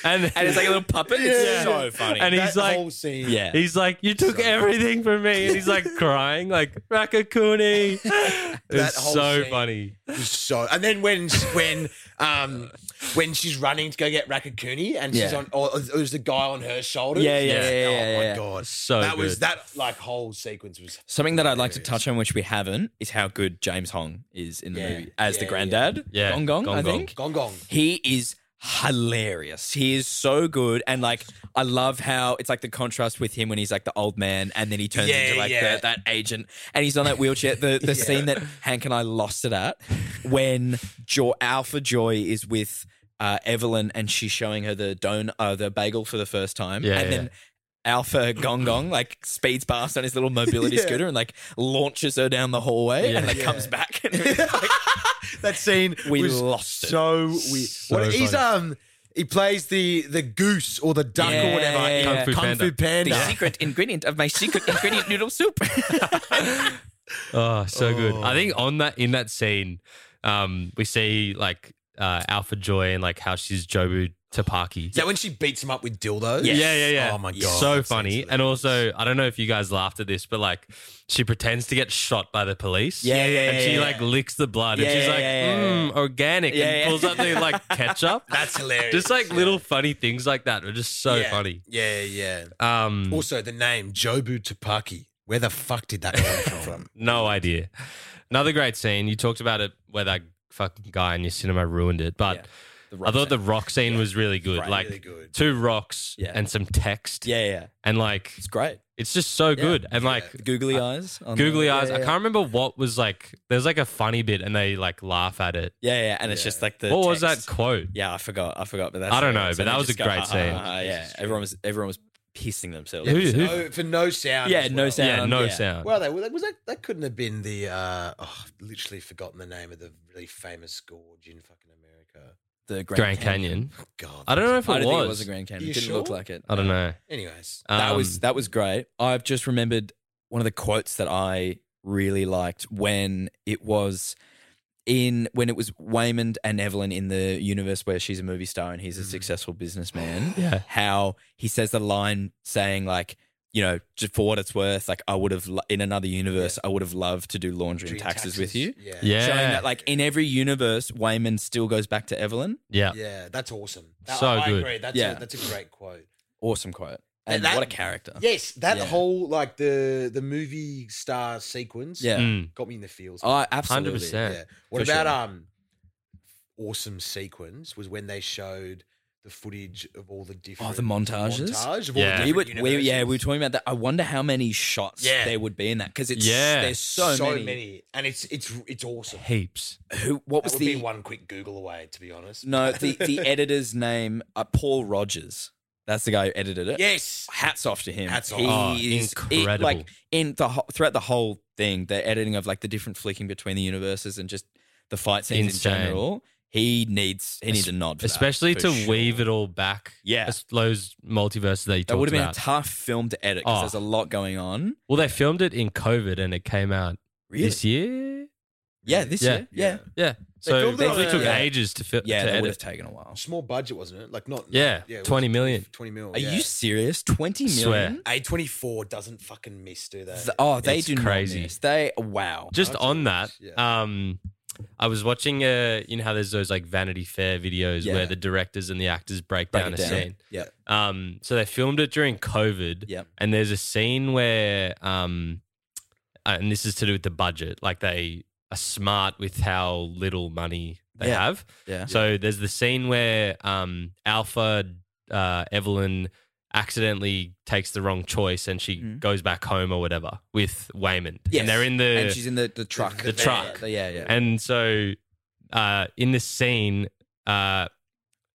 and, and it's like a little puppet. Yeah. It's so funny. and he's that like, whole scene. yeah, He's like, you took everything from me. And he's like crying, like, Rakakuni. That It's whole so scene. funny. was so. And then when when um when she's running to go get Rakakuni and she's Yeah. on, or it was the guy on her shoulder. Yeah, yeah, It's- yeah, Oh yeah, my yeah. god, So that was good. that like whole sequence was. Something that I'd like to touch on, which we haven't, is how good James Hong is in the Yeah. movie as the Yeah, granddad. yeah. Yeah. Gong Gong, Gong I Gong. think. Gong Gong. He is hilarious. He is so good. And like, I love how it's like the contrast with him when he's like the old man and then he turns Yeah, into like yeah. the, that agent and he's on that wheelchair. The, the scene that Hank and I lost it at when jo- Alpha Joy is with uh, Evelyn and she's showing her the don- uh, the bagel for the first time. Yeah, and yeah. then Alpha Gong Gong like speeds past on his little mobility scooter and like launches her down the hallway and like comes back and like, that scene We was lost it. so weird. So Well, he's funny. um he plays the the goose or the duck or whatever in Yeah. Kung Fu Panda. the secret ingredient of my secret ingredient noodle soup. Oh, so good. I think on that in that scene, um, we see like uh, Alpha Joy and like how she's Jobu Tapaki. Is that when she beats him up with dildos? Yes. Yeah, yeah, yeah. Oh my god, so that scene's funny. hilarious. And also, I don't know if you guys laughed at this, but like, she pretends to get shot by the police. Yeah, yeah, And yeah, she yeah. like licks the blood, Yeah, and she's yeah, like, yeah, yeah, mm, organic, Yeah, and yeah. pulls out the like ketchup. that's hilarious. just like Yeah. little funny things like that are just so yeah. funny. Yeah, yeah. Um, Also, the name Jobu Tapaki. Where the fuck did that come from? No idea. Another great scene. You talked about it where that fucking guy in your cinema ruined it, but I thought the rock scene was really good. Right, like really good. two rocks Yeah. and some text, yeah, yeah, and like it's great. it's just so good. And like The googly eyes, on the- Uh, googly yeah, eyes. yeah, I yeah. can't remember what was like. There's like a funny bit, and they like laugh at it. Yeah, yeah, and it's just like the. what was that text. quote? Yeah, I forgot. I forgot. But that's I don't hilarious. know, And but that they was just a great "Ah, ah, scene." ah, ah," yeah, everyone was everyone was pissing themselves. Who- who- No, for no sound. Yeah, as no well. sound. yeah, no yeah. sound. Well, they well, that was that. That couldn't have been the. Uh, oh, I've literally forgotten the name of the really famous gorge in fucking America. The Grand, Grand Canyon. God, I don't know if I it don't think it was was. a Grand Canyon. You It didn't look sure? like it. I don't know. Anyways, That Um, was that was great. I've just remembered one of the quotes that I really liked when it was in when it was Waymond and Evelyn in the universe where she's a movie star and he's a successful businessman. Yeah. How he says the line saying like, you know, just for what it's worth, like I would have lo- in another universe, I would have loved to do laundry and Dream taxes, with you. Yeah. Yeah, Showing that like in every universe, Waymond still goes back to Evelyn. yeah. Yeah, that's awesome. That- So I good. agree. That's Yeah. a, that's a great quote. Awesome quote. And That- what a character. Yes, that Yeah. whole like the the movie star sequence. Yeah. Mm. got me in the feels. Oh, absolutely. Hundred percent. Yeah. What For about sure. um awesome sequence was when they showed the footage of all the different Oh, montages? montage of all Yeah. the We different would, we, yeah, universes. we were talking about that. I wonder how many shots Yeah. there would be in that because it's Yeah. there's so, many. and it's it's it's awesome. Heaps. Who? What That was would the be one quick Google away, to be honest. no? The the editor's name, uh, Paul Rogers. That's the guy who edited it. Yes, Hats off to him. Hats off. He Oh, is- it- incredible. like in the whole, throughout the whole thing, the editing of like the different flicking between the universes and just the fight scenes Insane. in general. He needs he needs a nod, for that, Especially for to sure. weave it all back. Yeah. as Those multiverses that you That would have talked been a about. tough film to edit because Oh. there's a lot going on. Well, they filmed it in COVID and it came out Really? this year. Yeah, this Yeah. year. Yeah. Yeah. So filmed it it on definitely a- took yeah. ages to, fi- Yeah, that to would edit. have taken a while. small budget, wasn't it? Like not Yeah, it was 20 million. Twenty mil. Are you serious? 20 Swear. million? A twenty four doesn't fucking miss, do they? Th- Oh, they It's do crazy. crazy. Not miss. They wow. Just Budget, on that, yeah. um, I was watching, uh, you know how there's those like Vanity Fair videos Yeah. where the directors and the actors break, Break down a it down. scene. Yeah. Um, so they filmed it during COVID. Yep. And there's a scene where, um, uh, and this is to do with the budget, like they are smart with how little money they Yeah. have. Yeah. So there's the scene where um, Alpha uh, Evelyn accidentally takes the wrong choice and she Mm. goes back home or whatever with Waymond. Yes. And they're in the And she's in the, the truck. The Yeah, truck. Yeah, yeah. and so uh, in this scene, uh,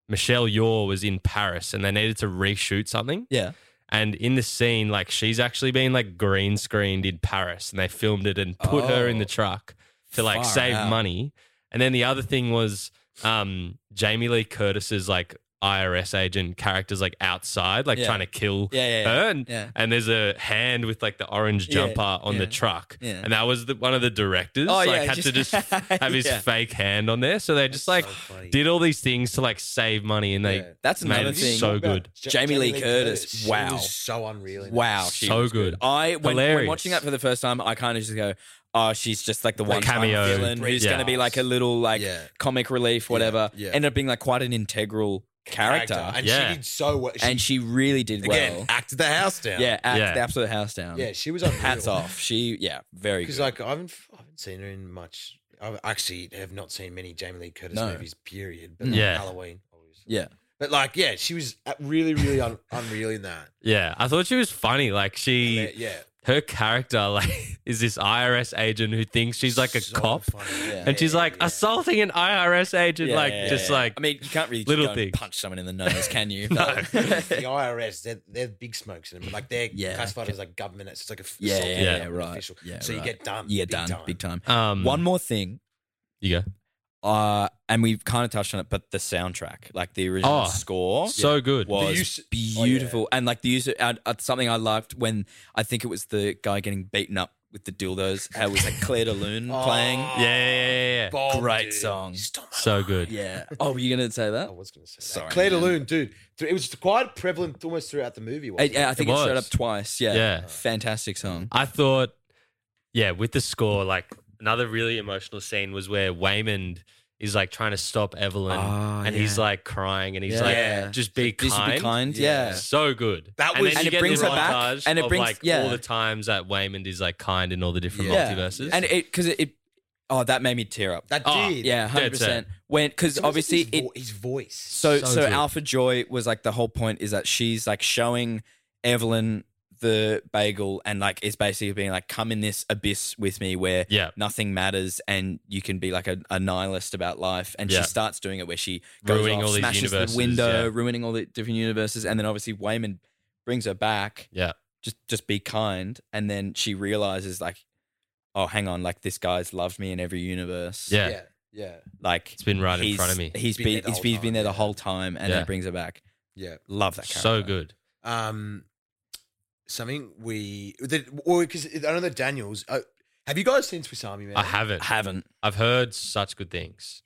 Michelle Yeoh was in Paris and they needed to reshoot something. yeah. And in the scene, like she's actually been like green screened in Paris and they filmed it and put her in the Oh. truck to like Far save out. money. And then the other thing was um, Jamie Lee Curtis's like IRS agent characters like outside, like Yeah. trying to kill Yeah, yeah, yeah. her. And, Yeah. and there's a hand with like the orange Yeah, jumper on the yeah, truck. yeah. And that was the, one of the directors. Oh, like yeah, had to just just- have his Yeah. fake hand on there. So they just like funny. did all these things to like save money and they Yeah. That's made another it thing. so good. Ja- Jamie Lee Curtis, She wow. was so unreal. in Wow. So She was good. I when, when Hilarious. watching that for the first time, I kind of just go, Oh, she's just like the one cameo. villain who's Yeah. gonna be like a little like Yeah. comic relief, whatever. yeah. Ended up being like quite an integral character. and Yeah. she did so well. She, And she really did again well. acted the house down. Yeah, act Yeah. the absolute house down. yeah, she was unreal. Hats off. She yeah, very good. Because like I haven't, I haven't seen her in much. I actually have not seen many Jamie Lee Curtis No. movies. Period. But like Yeah. Halloween, obviously. yeah. But like, yeah, she was uh, really, really un- unreal in that. Yeah, I thought she was funny. Like she, Yeah, her character like is this IRS agent who thinks she's like a cop, and she's like assaulting an IRS agent, Yeah, like yeah, just yeah. like I mean, you can't really little little thing. things. punch someone in the nose, can you? No. the IRS, they're, they're big smokes in them. Like they're Yeah. classified as like government. It's like a f- Yeah, assault yeah, on a yeah, government right. official. Yeah, so you right. get done. yeah, big done Time. big time. um One more thing, you go uh, and we've kind of touched on it, but the soundtrack, like the original Oh, score, so good. was The use- beautiful, and like the use of and, uh, something I liked when I think it was the guy getting beaten up with the dildos. How it was like Claire de Lune playing? yeah yeah yeah, yeah. Bold, Great dude. song. Stop my so good yeah. Oh, were you gonna say that? I was going to say Sorry, that. Claire de man. Lune, dude. th- It was quite prevalent almost throughout the movie. I, Wasn't I think It it, showed was. up twice. Yeah, Yeah. fantastic song. I thought, yeah, with the score, like another really emotional scene was where Waymond is like trying to stop Evelyn Ah, Oh, and he's yeah. like crying and he's Yeah. like, Yeah. just be Just kind. to be kind. Yeah. Yeah. So good. That and was- then And you it get brings this her back, montage and it of brings- like yeah. all the times that Waymond is like kind in all the different Yeah. multiverses. And it because it, it oh that made me tear up. That Oh, did. yeah, Dead hundred percent. When because It was obviously his, it vo- his voice. so So so, good. Alpha Joy was like the whole point is that she's like showing Evelyn the bagel and like is basically being like come in this abyss with me where Yeah. nothing matters and you can be like a, a nihilist about life and Yeah. she starts doing it where she goes Ruining off, all these smashes universes, the window yeah. ruining all the different universes and then obviously Wayman brings her back yeah. just just be kind and then she realizes like oh hang on like this guy's loved me in every universe Yeah. yeah, yeah, like It's been right in he's- front of me. he's Been there been, the he's whole been, time, been there the yeah. whole time and Yeah. then brings her back yeah. love that character So good. Um, something we that or because I don't know Daniels. Uh, have you guys seen Swiss Army Man? I haven't. haven't I've heard such good things.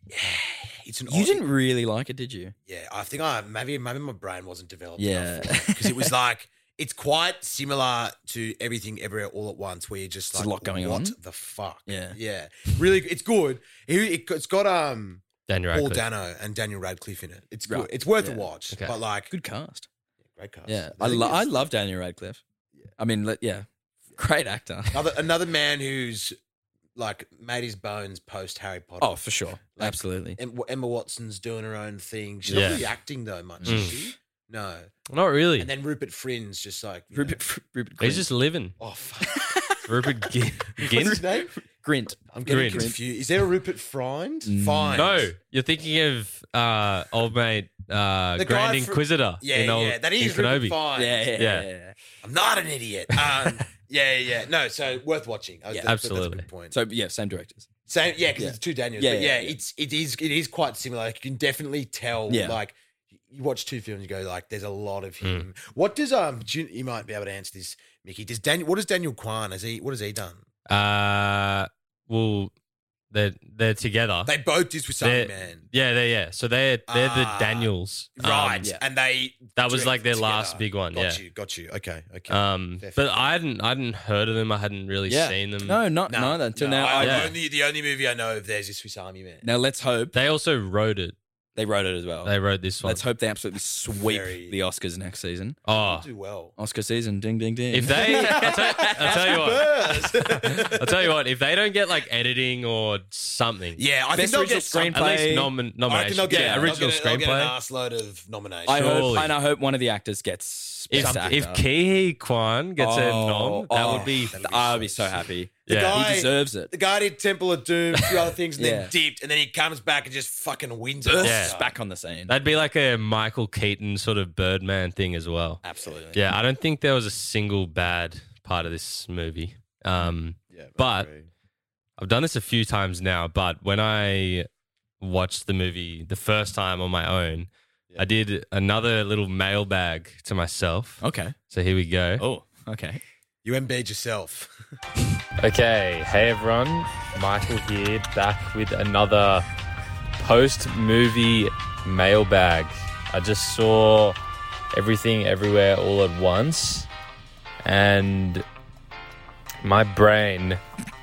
It's an you odd- didn't really like it did you Yeah, I think I maybe maybe my brain wasn't developed. yeah because it was like it's quite similar to everything everywhere all at once, where you're just There's like, a lot going what on." the fuck? Yeah. yeah, really, it's good. It, it, has got um Daniel Paul Radcliffe. Dano and Daniel Radcliffe in it. It's good. Right. It's worth Yeah. a watch. Okay. But like, good cast great cast. yeah The I, thing lo- I is, love Daniel Radcliffe I mean li- yeah great actor another another man who's like made his bones post Harry Potter. oh for sure Like- absolutely Em- Emma Watson's doing her own thing. She's Yeah. not really acting though much, Mm. is she? No. Not really. And then Rupert Friend's just like you know, Rupert, Rupert Grint. he's just living. Oh fuck. Rupert Gin. What's Gin? his name? Grint I'm getting Grint. confused. Is there a Rupert Friend? Mm. Fine. No, you're thinking of uh, old mate uh, The Grand guy fr- Inquisitor. Yeah, in old, yeah. That in is Kenobi. Rupert Fine. yeah yeah, Yeah. yeah, yeah. I'm not an idiot. Um, yeah, yeah. No, so worth watching. Yeah, absolutely. That's a good point. so yeah same directors Same, yeah, because Yeah. it's two Daniels. Yeah, but yeah, yeah, yeah. it's it is it is quite similar. Like, you can definitely tell. Yeah. Like you watch two films, you go like, there's a lot Hmm. of him. What does um? Do you, you might be able to answer this, Mickey. Does Daniel? What does Daniel Kwan? Has he? What has he done? Uh, well, they're they're together. They both did with Sunny They're- Man, yeah, they yeah. So they're they're Ah, the Daniels, Um, right? yeah. And they That was directed like their together. last big one. Got yeah. you. Got you. Okay. Okay. Um, Fair but fair. I hadn't I hadn't heard of them. I hadn't really yeah seen them. no not No, neither until no, now I, I, Yeah. only, the only movie I know of theirs is Swiss Army Man. now let's hope They also wrote it. they wrote it as well They wrote this one. Let's hope they absolutely sweep Very- the Oscars next season. oh, Do well. Oscar season, ding ding ding. if they, I'll tell, I'll tell you what. I'll tell you what. If they don't get like editing or something, Yeah, I Best think they'll original get some- at least Screenplay. nomin- I reckon nomination. they'll get yeah, they'll original get, They'll get an screenplay. ass load of nominations. I hope, Surely. and I hope one of the actors gets If best actor. if Kihi Kwan gets a nom, that oh, would be That'd be I'd so be so sick. happy. Yeah. guy- he deserves it. the guy did Temple of Doom, a few other things, and Yeah. then dipped, and then he comes back and just fucking wins it. Burst's Yeah. back on the scene. That'd be like a Michael Keaton sort of Birdman thing as well. Absolutely. Yeah, I don't think there was a single bad part of this movie. Um, but I've done this a few times now. But when I watched the movie the first time on my own, I did another little mailbag to myself. Okay. So here we go. Oh. Okay. You embed yourself. Okay, hey everyone, Michael here, back with another post movie mailbag. I just saw everything everywhere all at once, and my brain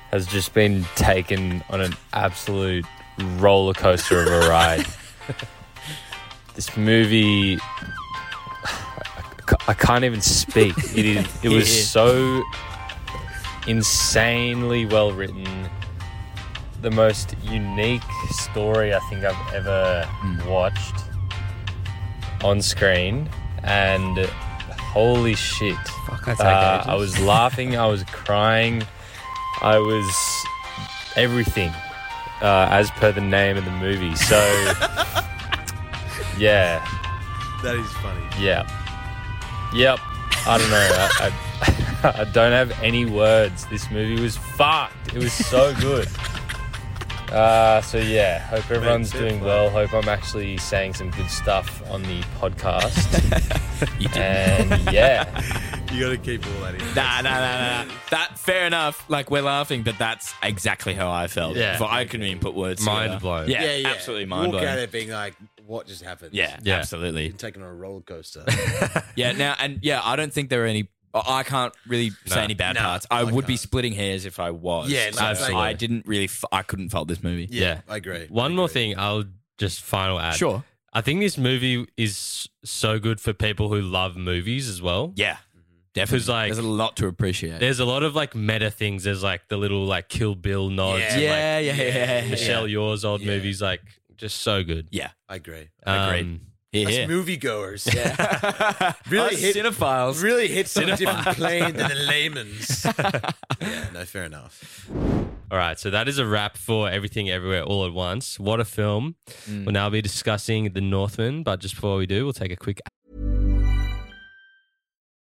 has just been taken on an absolute roller coaster of a ride. this movie. I can't even speak. It, is, it was Yeah. so insanely well written. The most unique story I think I've ever watched on screen, and holy shit. Fuck, that took ages. I was laughing, I was crying, I was everything uh, as per the name of the movie. So, yeah, That is funny. yeah, yep. I don't know. I, I, I don't have any words. This movie was fucked. It was so good. Uh, so yeah, hope everyone's That's it, doing man. well. Hope I'm actually saying some good stuff on the podcast. You did. And yeah. you gotta keep all that in. Nah, nah, nah, nah. That fair enough. Like we're laughing, but that's exactly how I felt. Yeah. If I couldn't even put words. Mind together. blown. Yeah, absolutely mind Walk blown. out there being like, what just happened? Yeah, absolutely. You're taken on a roller coaster. Yeah, now and yeah, I don't think there are any. I I can't really say any bad No, parts. I, would be splitting hairs if I was. Yeah, like- So Absolutely. I didn't really. F- I couldn't fault this movie. Yeah. I agree. One more thing I'll just final add. Sure. I think this movie is so good for people who love movies as well. Yeah, definitely. Mm-hmm. like- There's a lot to appreciate. There's a lot of like meta things. There's like the little like Kill Bill nods. yeah, and, yeah, like, yeah, yeah, yeah. Michelle Yeoh's old movies, like just so good. Yeah, I agree. Um, Agreed. yeah. Us yeah. moviegoers yeah. Really Us hit- cinephiles. really hits on a different plane than the layman's. yeah, no, fair enough. All right, so that is a wrap for Everything Everywhere All at Once. What a film. Mm. We'll now be discussing The Northman, but just before we do, we'll take a quick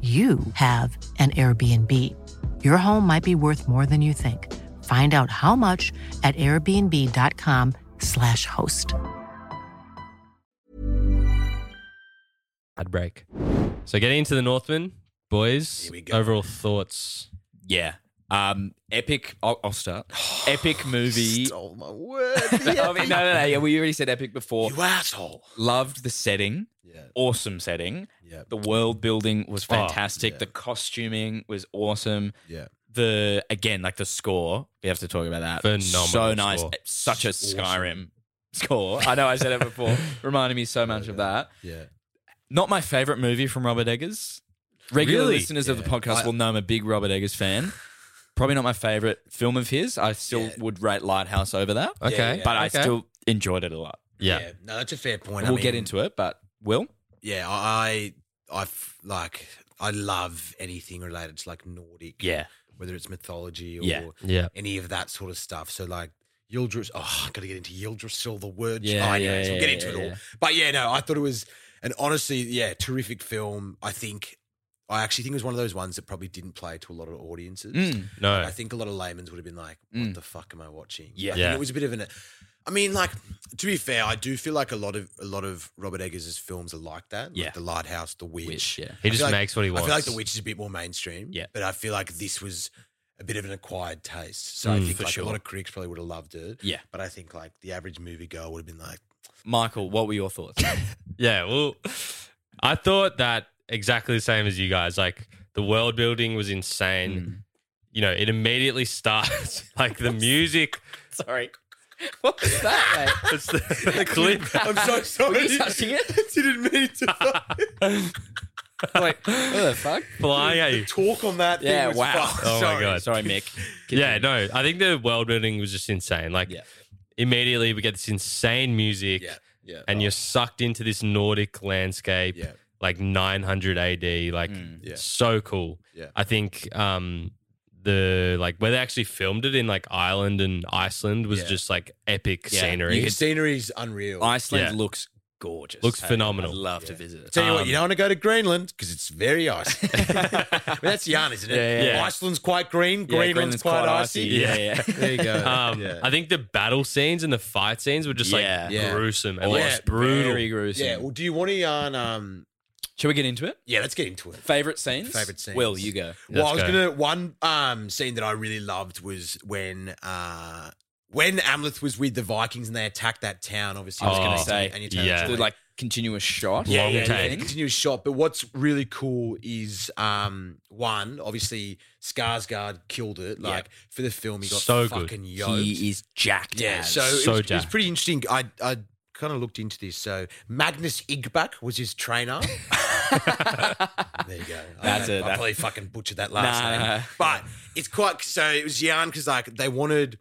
you have an Airbnb. Your home might be worth more than you think. Find out how much at airbnb.com/slash host. ad break. So getting into The Northman, boys, overall thoughts. Yeah. Um, epic. I'll, I'll start. epic movie. Stole my word. I mean, no, no, no. Yeah, we already said epic before. You asshole. Loved the setting. Yeah. Awesome setting. Yeah. The world building was Oh, fantastic. The costuming was awesome. Yeah. The again, like the score. We have to talk about that. Phenomenal So nice. score. Such a Awesome. Skyrim score. I know I said it before. Reminded me so much of that. Yeah. Not my favorite movie from Robert Eggers. Regular Really? listeners of the Yeah. podcast I- will know I'm a big Robert Eggers fan. Probably not my favorite film of his. I still would rate Lighthouse over that. Okay. Yeah, yeah, But I okay. still enjoyed it a lot. Yeah. No, that's a fair point. I We'll get mean- into it, but Will? Yeah, I, I, f- like, I love anything related to like Nordic. Yeah. Whether it's mythology or Yeah. Yeah. any of that sort of stuff. So like Yildiz, oh, I got to get into Yildrassil, the word. Yeah, yeah, oh, anyways, we'll yeah, get into yeah, it all. yeah. But yeah, no, I thought it was, and honestly, yeah, terrific film. I think. I actually think it was one of those ones that probably didn't play to a lot of audiences. Mm. No. I think a lot of laymen's would have been like, "What the fuck am I watching?" Yeah. I think Yeah. it was a bit of an. I mean, like to be fair, I do feel like a lot of a lot of Robert Eggers' films are like that. Yeah. like The Lighthouse, The Witch. yeah. I He feel just like- makes what he I feel like wants. The Witch is a bit more mainstream. Yeah. but I feel like this was a bit of an acquired taste. So I Mm, think for like a lot sure. of critics probably would have loved it. Yeah. but I think like the average movie girl would have been like, Michael, what were your thoughts? Yeah, well, I thought that exactly the same as you guys. Like the world building was insane. Mm. You know, it immediately starts like the music. Sorry. What was that, mate? It's the, the clip. I'm so sorry. Were you touching it? you didn't mean to. Like, what the fuck? Flying at you. the talk on that. thing Yeah, was wow. fucked. Oh Sorry. my god. Sorry, Mick. Yeah, no. I think the world building was just insane. Like immediately we get this insane music. Yeah, yeah. And you're sucked into this Nordic landscape. Yeah. Mm, Like 900 AD, like yeah. so cool. Yeah. I think um the like where they actually filmed it in like Ireland and Iceland was Yeah. just like epic Yeah. scenery. You The scenery's unreal. Mm. Iceland Yeah. looks gorgeous. Looks Hey, phenomenal. I'd love to visit. it. Tell you what, Um, you don't want to go to Greenland because it's very icy. I mean, that's yarn, isn't it? Yeah, yeah, yeah. Iceland's quite green. Yeah, Greenland's, quite, icy. Yeah, yeah. Oh, There you go. Um, yeah. I think the battle scenes and the fight scenes were just Yeah. like Yeah. Oh, gruesome and Yeah. like brutal. Very gruesome. yeah. Well, do you want to yarn? Um, Should we get into it? yeah, let's get into it. Favorite scenes? Favorite scenes. Will, you go. Well, I was Let's go. gonna one um scene that I really loved was when uh when Amleth was with the Vikings and they attacked that town. Obviously, I was Oh, going to say, and you take yeah. the, like continuous shot. Yeah, Long yeah, yeah. It's a take. continuous shot. But what's really cool is um one, obviously Skarsgård killed it. Like for the film, he got So good. fucking yoked. He is jacked. yeah, as. so, So it, was, it was jacked. pretty interesting. I I kind of looked into this. So Magnus Igback was his trainer. there you go. That's I, it. That- I probably fucking butchered that last Nah, name. nah. But it's quite so it was Jan because like they wanted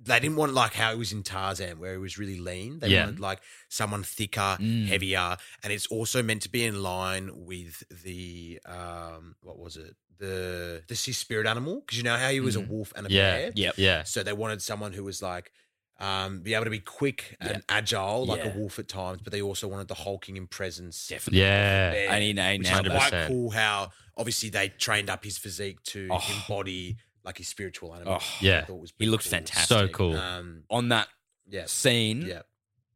they didn't want like how he was in Tarzan, where he was really lean. They Yeah. wanted like someone thicker, Mm. heavier, and it's also meant to be in line with the um, what was it? The the sea spirit animal because you know how he was a wolf and a Mm. Yeah. bear. Yep. Yeah. So they wanted someone who was like um, be able to be quick and agile, like Yeah. a wolf at times, but they also wanted the hulking in presence. Definitely. Yeah. Yeah. I need a Which now. is quite 100%. cool how obviously they trained up his physique to Oh. embody like his spiritual animal. Oh. which I Yeah. thought was He pretty looked cool. fantastic. So cool. Um, On that yeah. scene, Yeah.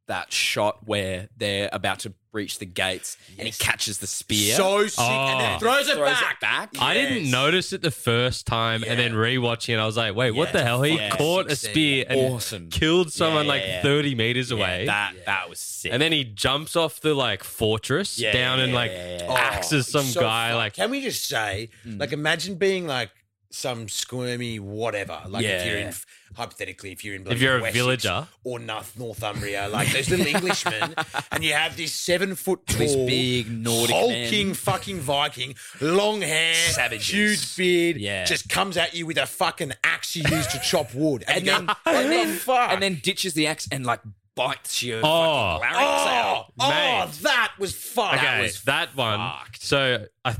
that shot where they're about to breach the gates and he Yes. catches the spear. So sick. And Oh. then throws it Throws it back. back. I didn't Yes. notice it the first time and then Yeah. rewatching it, I was like, wait, what Yeah, the hell? He yeah. caught a Sixteen. spear and Awesome. killed someone Yeah, like yeah, yeah. 30 meters Yeah, away. that that was sick. and then he jumps off the like fortress Yeah, down yeah, and yeah, like yeah, yeah. Oh, axes it's some so guy. fun. Like, can we just say, Hmm. like, imagine being like some squirmy whatever. Like, if you're in Yeah. hypothetically, if you're in if you're a Wessex villager, or North Northumbria, like those little Englishmen, and you have this seven foot tall, These big Nordic hulking men. fucking Viking, long hair, Savages. huge beard, Yeah. just comes at you with a fucking axe you used to chop wood, and you then go, "What and the then, fuck?" and then ditches the axe and like bites your Oh. fucking larynx Oh, out. oh mate. that was fuck. okay, that, was one. fucked. So I,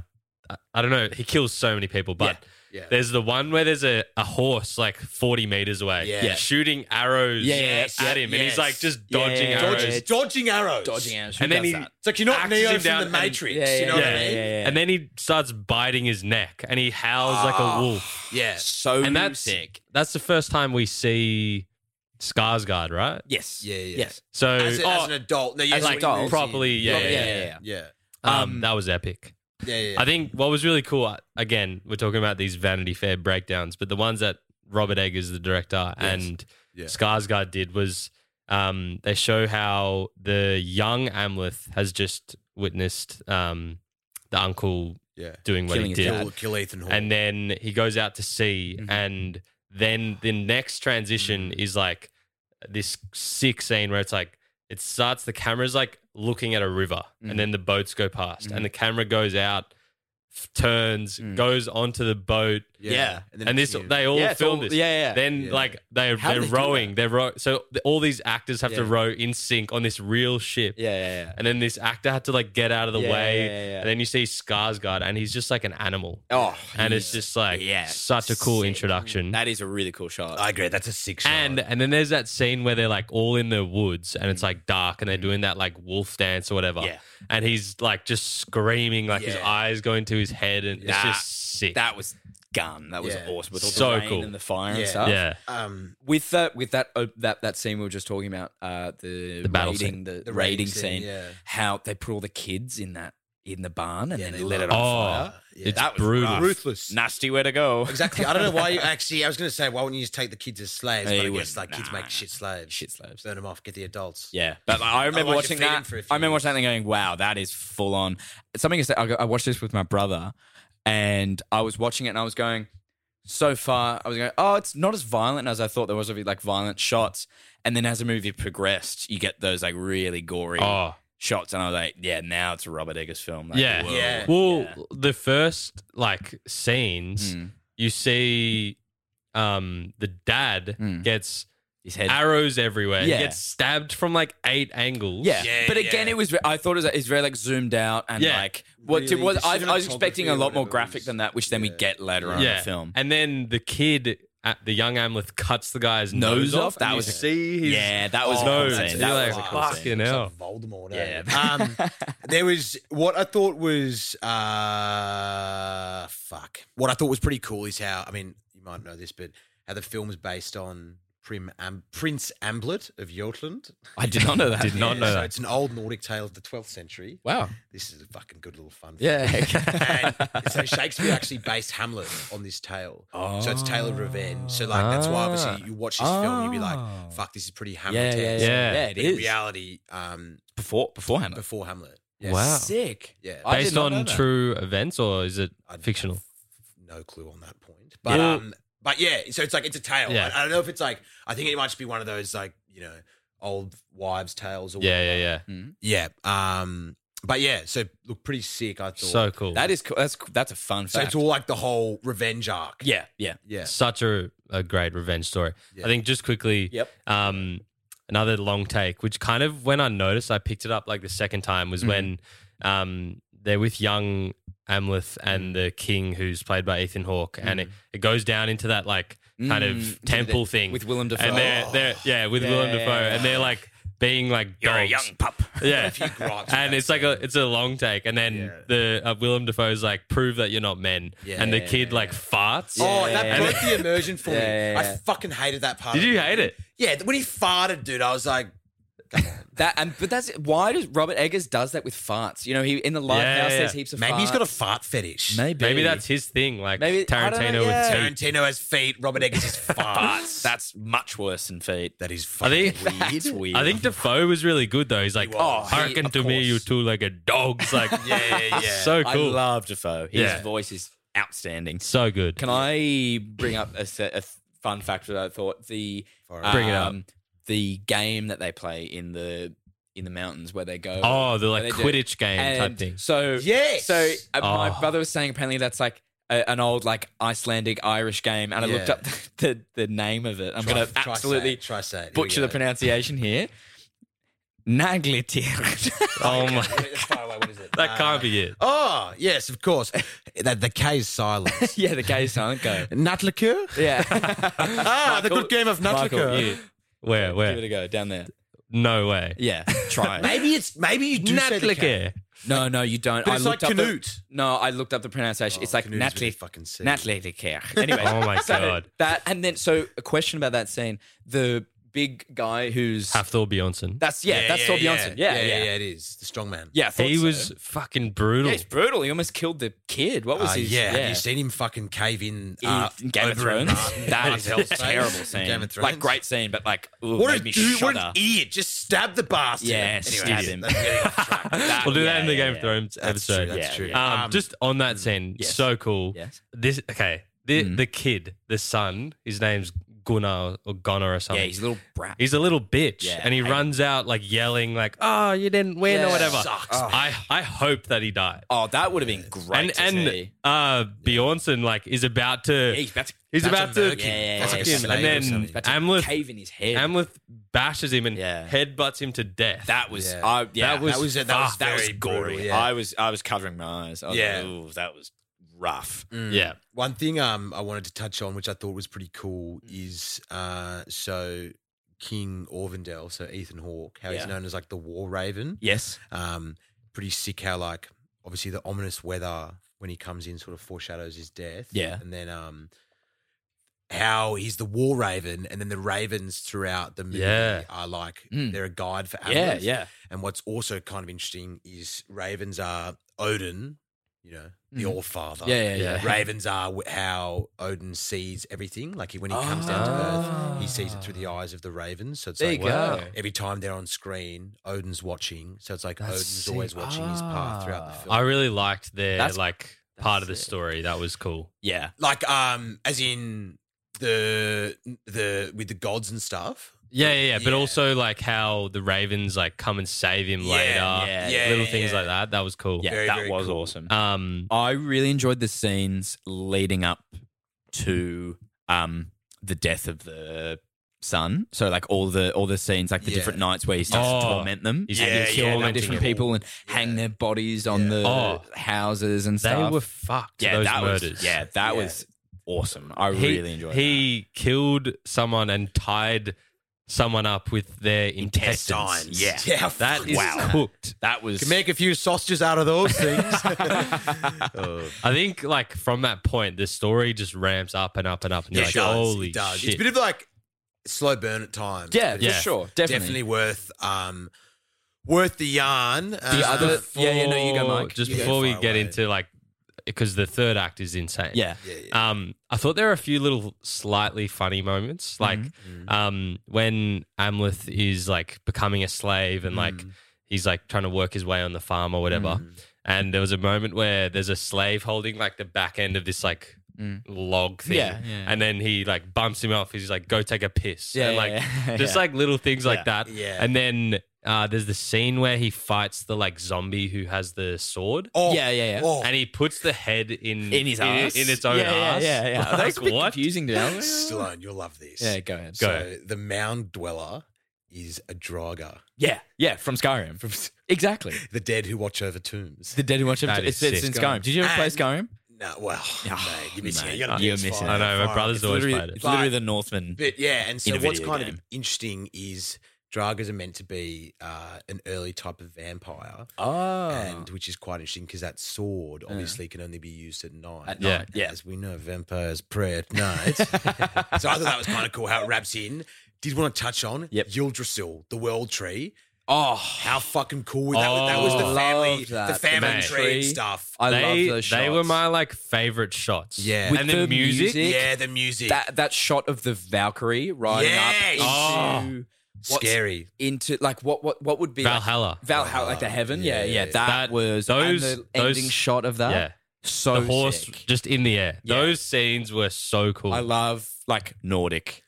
I- I don't know. He kills so many people, but Yeah. Yeah. there's the one where there's a, a horse like 40 meters away, Yeah. Yeah. shooting arrows Yeah, yeah, yeah. at him, and he's Yes. like just Yeah, dodging yeah, yeah. arrows. Dodging, dodging arrows. Dodging arrows. Who And then does he- that? It's like you're not Axes Neo him from down the and- Matrix. yeah, you know yeah, what I mean? yeah, yeah. And then he starts biting his neck, and he howls like Ah. a wolf. Yeah. So And that's sick. That's the first time we see Skarsgård, right? Yes. Yeah, yeah. Yes. So As, a, as oh, an adult, no, you as an when he adult. moves in. properly, Yeah, yeah, yeah, yeah, yeah. yeah. yeah, Um, that was epic. yeah, yeah. I think what was really cool, again, we're talking about these Vanity Fair breakdowns, but the ones that Robert Eggers, the director, and Yeah. Skarsgård did was um, they show how the young Amleth has just witnessed um, the uncle yeah. doing what Killing he his did. dad. Kill, kill Ethan Hawke. And then he goes out to sea, and then the next transition is like this sick scene where it's like it starts. The camera's like looking at a river, Mhm. and then the boats go past, Mhm. and the camera goes out, f- turns, Mm. goes onto the boat, Yeah. then and it's this you. they all yeah, it's film this. Yeah, yeah. Then Yeah. like they How do they're they do rowing, they're row. So th- all these actors have to Yeah. row in sync on this real ship. yeah, yeah, yeah. And then this actor had to like get out of the Yeah, way. yeah, yeah, yeah. And then you see Skarsgård, and he's just like an animal Oh, and he- it's just like yeah, such a cool sick. introduction. that is a really cool shot. I agree. That's a six. shot. and and then there's that scene where they're like all in the woods and it's like dark and they're doing that like wolf dance or whatever. Mm. Yeah. And he's like just screaming, like his Yeah. eyes going to his head, and it's That- just sick. that was gun. That was Yeah. awesome with all So the rain cool. and the fire Yeah. and stuff. Yeah. Um, with that with that op- that that scene we were just talking about, uh, the The battle raiding, scene. the, The the raiding raiding scene, scene, yeah. how they put all the kids in that in the barn and they then let it love on Oh, it. fire. Yeah. It's that was brutal. rough. Ruthless. nasty way to go. Exactly. I don't know why you actually. I was going to say, why wouldn't you just take the kids as slaves? Yeah, but I you guess wouldn't. like kids Nah, make shit slaves. Shit slaves. Burn them off. Get the adults. Yeah, but like, I remember Otherwise you watching feed 'em that. for a few I remember watching that and going, "Wow, that is full on." Something is that I go- I watched this with my brother, and I was watching it and I was going, "So far, I was going, oh, it's not as violent as I thought there was of it, like violent shots." And then as the movie progressed, you get those like really gory Oh. shots, and I was like, "Yeah, now it's a Robert Eggers film." Like, yeah. whoa. Well, the first like scenes, Mm. you see um the dad gets His Mm. head. arrows everywhere. Yeah. He gets stabbed from like eight angles. Yeah. but again, it was. I thought it was, it was very like zoomed out and Yeah. like what Really, it was. the I, I was expecting a cinematography or lot more graphic than that, which then we get later on in the film. And then the kid, uh, the young Amleth, cuts the guy's Nose nose, off? off. That and was you a- see his Yeah, that Oh, was a cool nose. scene. and That you're was like, a cool scene. fucking Looks hell. Voldemort. Yeah. Um, there was what I thought was uh, fuck. What I thought was pretty cool is how I mean you might know this, but how the film was based on Prim Am- Prince Amblet of Jotland. I did not know that. Did not know so that. It's an old Nordic tale of the 12th century. Wow. this is a fucking good little fun. fact. Yeah. and so Shakespeare actually based Hamlet on this tale. So it's a tale of revenge. So like that's why Ah. obviously you watch this film, you'd be like, "Fuck, this is pretty Hamlet." yeah, yeah. Yeah, it in is. reality, um, before before Hamlet. before Hamlet. Wow. Sick. Yeah. I did Based not know on that. true events or is it fictional? no clue on that point. But Yeah. um, but yeah, so it's like it's a tale. Yeah. I, I don't know if it's like I think it might just be one of those like you know old wives' tales or Yeah, whatever. yeah, yeah. yeah. Um, but yeah, so look pretty sick. I thought So cool. That is cool. That's that's a fun So fact. it's all like the whole revenge arc. yeah, yeah. Yeah. Such a, a great revenge story. I think just quickly, Yep. um, another long take, which kind of when I noticed, I picked it up like the second time Mm-hmm. was when um, they're with young Amleth Mm. and the king who's played by Ethan Hawke, and it, it goes down into that like kind Mm. of temple thing With Willem Dafoe. And they're, they're yeah, with Willem Yeah. Dafoe, and they're like being like Oh, You're a dogs. young pup. Yeah, A few gripes and it's like a it's a long take, and then the uh, Willem Dafoe's like prove that you're not men, Yeah. and the kid like farts. Oh, that And broke then- the immersion for Yeah, me. yeah, I yeah. fucking hated that part. Did of you it. hate it? Yeah, when he farted, dude, I was like, That and but that's why does Robert Eggers does that with farts? You know, he in the lighthouse Yeah, yeah. there's heaps of maybe farts. he's got a fart fetish. Maybe. Maybe that's his thing, like Maybe- I don't Tarantino know, with yeah. teeth. Tarantino has feet. Robert Eggers is farts. farts. That's much worse than feet. That is I fucking think weird. weird. I think Defoe was really good though. He's like, oh, was. He- hearken of to me, you two legged dogs. Like, yeah, yeah. so I cool. love Defoe. His Yeah. voice is outstanding. so good. Can I bring up a, se- a fun fact that I thought the um, Forest. Bring it up. The game that they play in the in the mountains where they go. Oh, the, where like, they do- Quidditch game type And thing. So Yes! So uh, my Oh. brother was saying apparently that's like. a- An old like Icelandic Irish game, and I looked Yeah. up the, the, the name of it. I'm Try- going to try say absolutely it, try say it. Here we butcher go. the pronunciation here. Naglitir. oh my, Let's fire away. What is it? Uh, that can't be it. Oh, yes, of course. the, the K is silent. yeah, the gays aren't go. Nut liqueur? Yeah. Ah, the good game of nut Michael, liqueur. you, Where, give it where? a go down there. No way. Yeah, try it. Maybe it's maybe you do say the K. Natlicker. No, no, you don't. But it's looked like up the- Canute. Oh, no, I looked up the pronunciation. it's like Canute's really Natalie. fucking sick. Natalie de Kerr. Anyway. Oh my so God. That and then so a question about that scene. The big guy who's Hafthor Bjornsson. that's yeah, that's Thor Bjornsson. Yeah, yeah, yeah, yeah. It is the strong man. Yeah, I thought He so. was fucking brutal. Yeah, he's brutal. He almost killed the kid. What was Uh, his? yeah. Have you seen him fucking cave in, In- uh, in Game of over uh, a Thrones. mountain? That Martin's is a face terrible in scene. Game of Thrones. Like great scene, but like ooh, What a made me dude! What shudder. an idiot! Just stab the bastard. Yeah, stab him. that's getting off track. That- we'll do yeah, that in the yeah, Game yeah. of Thrones That's true, episode. that's Yeah, true. Um, Um, just on that scene, Mm, yes. so cool. Yes. Mm. This okay. The the kid, the son, his name's Gunnar or Gunnar or something. Yeah, he's a little brat. He's a little bitch, Yeah, and he I- runs out like yelling, like "Oh, you didn't win" Yeah. or whatever. Sucks. I I hope that he died. Oh, that would have been great. to and and see. uh, Bjornsson like is about to Yeah, he's about to, he's about to murk him. Yeah, yeah, fuck yeah, him, yeah. and then About to Amleth cave in his head. Amleth bashes him and Yeah. headbutts him to death. that was Yeah. I- yeah, That was that was, that was that was very gory. brutal, yeah. I was I was covering my eyes. I was Yeah. like, ooh, that was rough. yeah. Mm. One thing um I wanted to touch on, which I thought was pretty cool, is uh so King Orvindale, so Ethan Hawke, how he's Yeah. known as like the War Raven. Yes. Um, pretty sick how like obviously the ominous weather when he comes in sort of foreshadows his death. Yeah. And then um how he's the war raven and then the ravens throughout the movie Yeah. are like Mm. they're a guide for Yeah, Amleth. yeah. And what's also kind of interesting is ravens are Odin, you know, the Mhm. All Father. Yeah, yeah, yeah. Ravens are wh- how Odin sees everything. Like he, when he comes down Ah. to Earth, he sees it through the eyes of the ravens. So it's There like you go. every time they're on screen, Odin's watching. So it's like That's Odin's sick. always watching his path throughout the Ah. film. I really liked their That's- like part of the story. That was cool. Ah. Yeah. like um, as in the the with the gods and stuff. Yeah, yeah, yeah. But also like how the Ravens like come and save him Yeah, later. yeah, yeah, little yeah, things yeah. like that. That was cool. Yeah, that was awesome. Um, I really enjoyed the scenes leading up to um the death of the son. So like all the all the scenes, like the Yeah. different nights where he starts Oh, to torment them, he's and really kill all the tormenting different them. people and hang their bodies on the Oh. houses and They stuff. were fucked, Yeah, those that murders. was yeah, that Yeah. was awesome. I he, really enjoyed. that. He killed someone and tied someone up with their intestines. Intestines. Yeah. Yeah, that is wow. cooked. That was Can make a few sausages out of those things. I think like from that point, the story just ramps up and up and up. And you're Yeah, like, it does. holy it does. It's shit! a bit of like slow burn at times. Yeah, but for it's sure. Definitely. worth um worth the yarn. uh, The other- Yeah, yeah, no, you go, Before- Mike. Just You go. before we Fire get away. into like, because the third act is insane. yeah. yeah, yeah. Um, I thought there were a few little slightly funny Mm-hmm. moments, like um, when Amleth is like becoming a slave and like Mm. he's like trying to work his way on the farm or whatever. Mm-hmm. And there was a moment where there's a slave holding like the back end of this like Mm. log thing, Yeah, yeah. and then he like bumps him off. He's like, "Go take a piss," Yeah, and yeah, like yeah. just like little things like that. Yeah. And then uh, there's the scene where he fights the like zombie who has the sword. Oh, Yeah, yeah, yeah. Oh, And he puts the head in In his ass, in, its own yeah, yeah, ass. Yeah, yeah. That's a Like, bit what? confusing to me. Stallone, you'll love this. Yeah, go ahead. so go. the mound dweller is a draga, Yeah, yeah, from Skyrim. From, exactly. the dead who watch over tombs. The Dead Who Watch Over. That It's, is it's in sick. Skyrim. Did you ever play And- Skyrim? no, well, mate, you're missing Oh, mate, it. You gotta you're be missing inspired. I know, my Fire brother's up. always literally, played it. it's literally the Northman. But yeah, and so in a what's video kind of game. interesting is dragas are meant to be uh, an early type of vampire, Oh. and which is quite interesting because that sword obviously can only be used at night. At night, And yeah. As we know, vampires pray at night. so I thought that was kind of cool how it wraps in. Did want to touch on Yep. Yggdrasil, the world tree. oh, How fucking cool was that? that was the Oh, family, love that. the family Mate. tree and stuff. I they, love those shots. They were my like favorite shots. Yeah. With and the, the music. music. yeah, the music. that that shot of the Valkyrie riding Yeah, up into what's- Scary. into like what what what would be like- Oh. Valhalla. Valhalla, like the heaven. Yeah, Yeah, yeah. yeah. that, That- was those- and the those- ending shot of that. Yeah. so the horse sick. just in the air. Yeah. Those scenes were so cool. I love like Nordic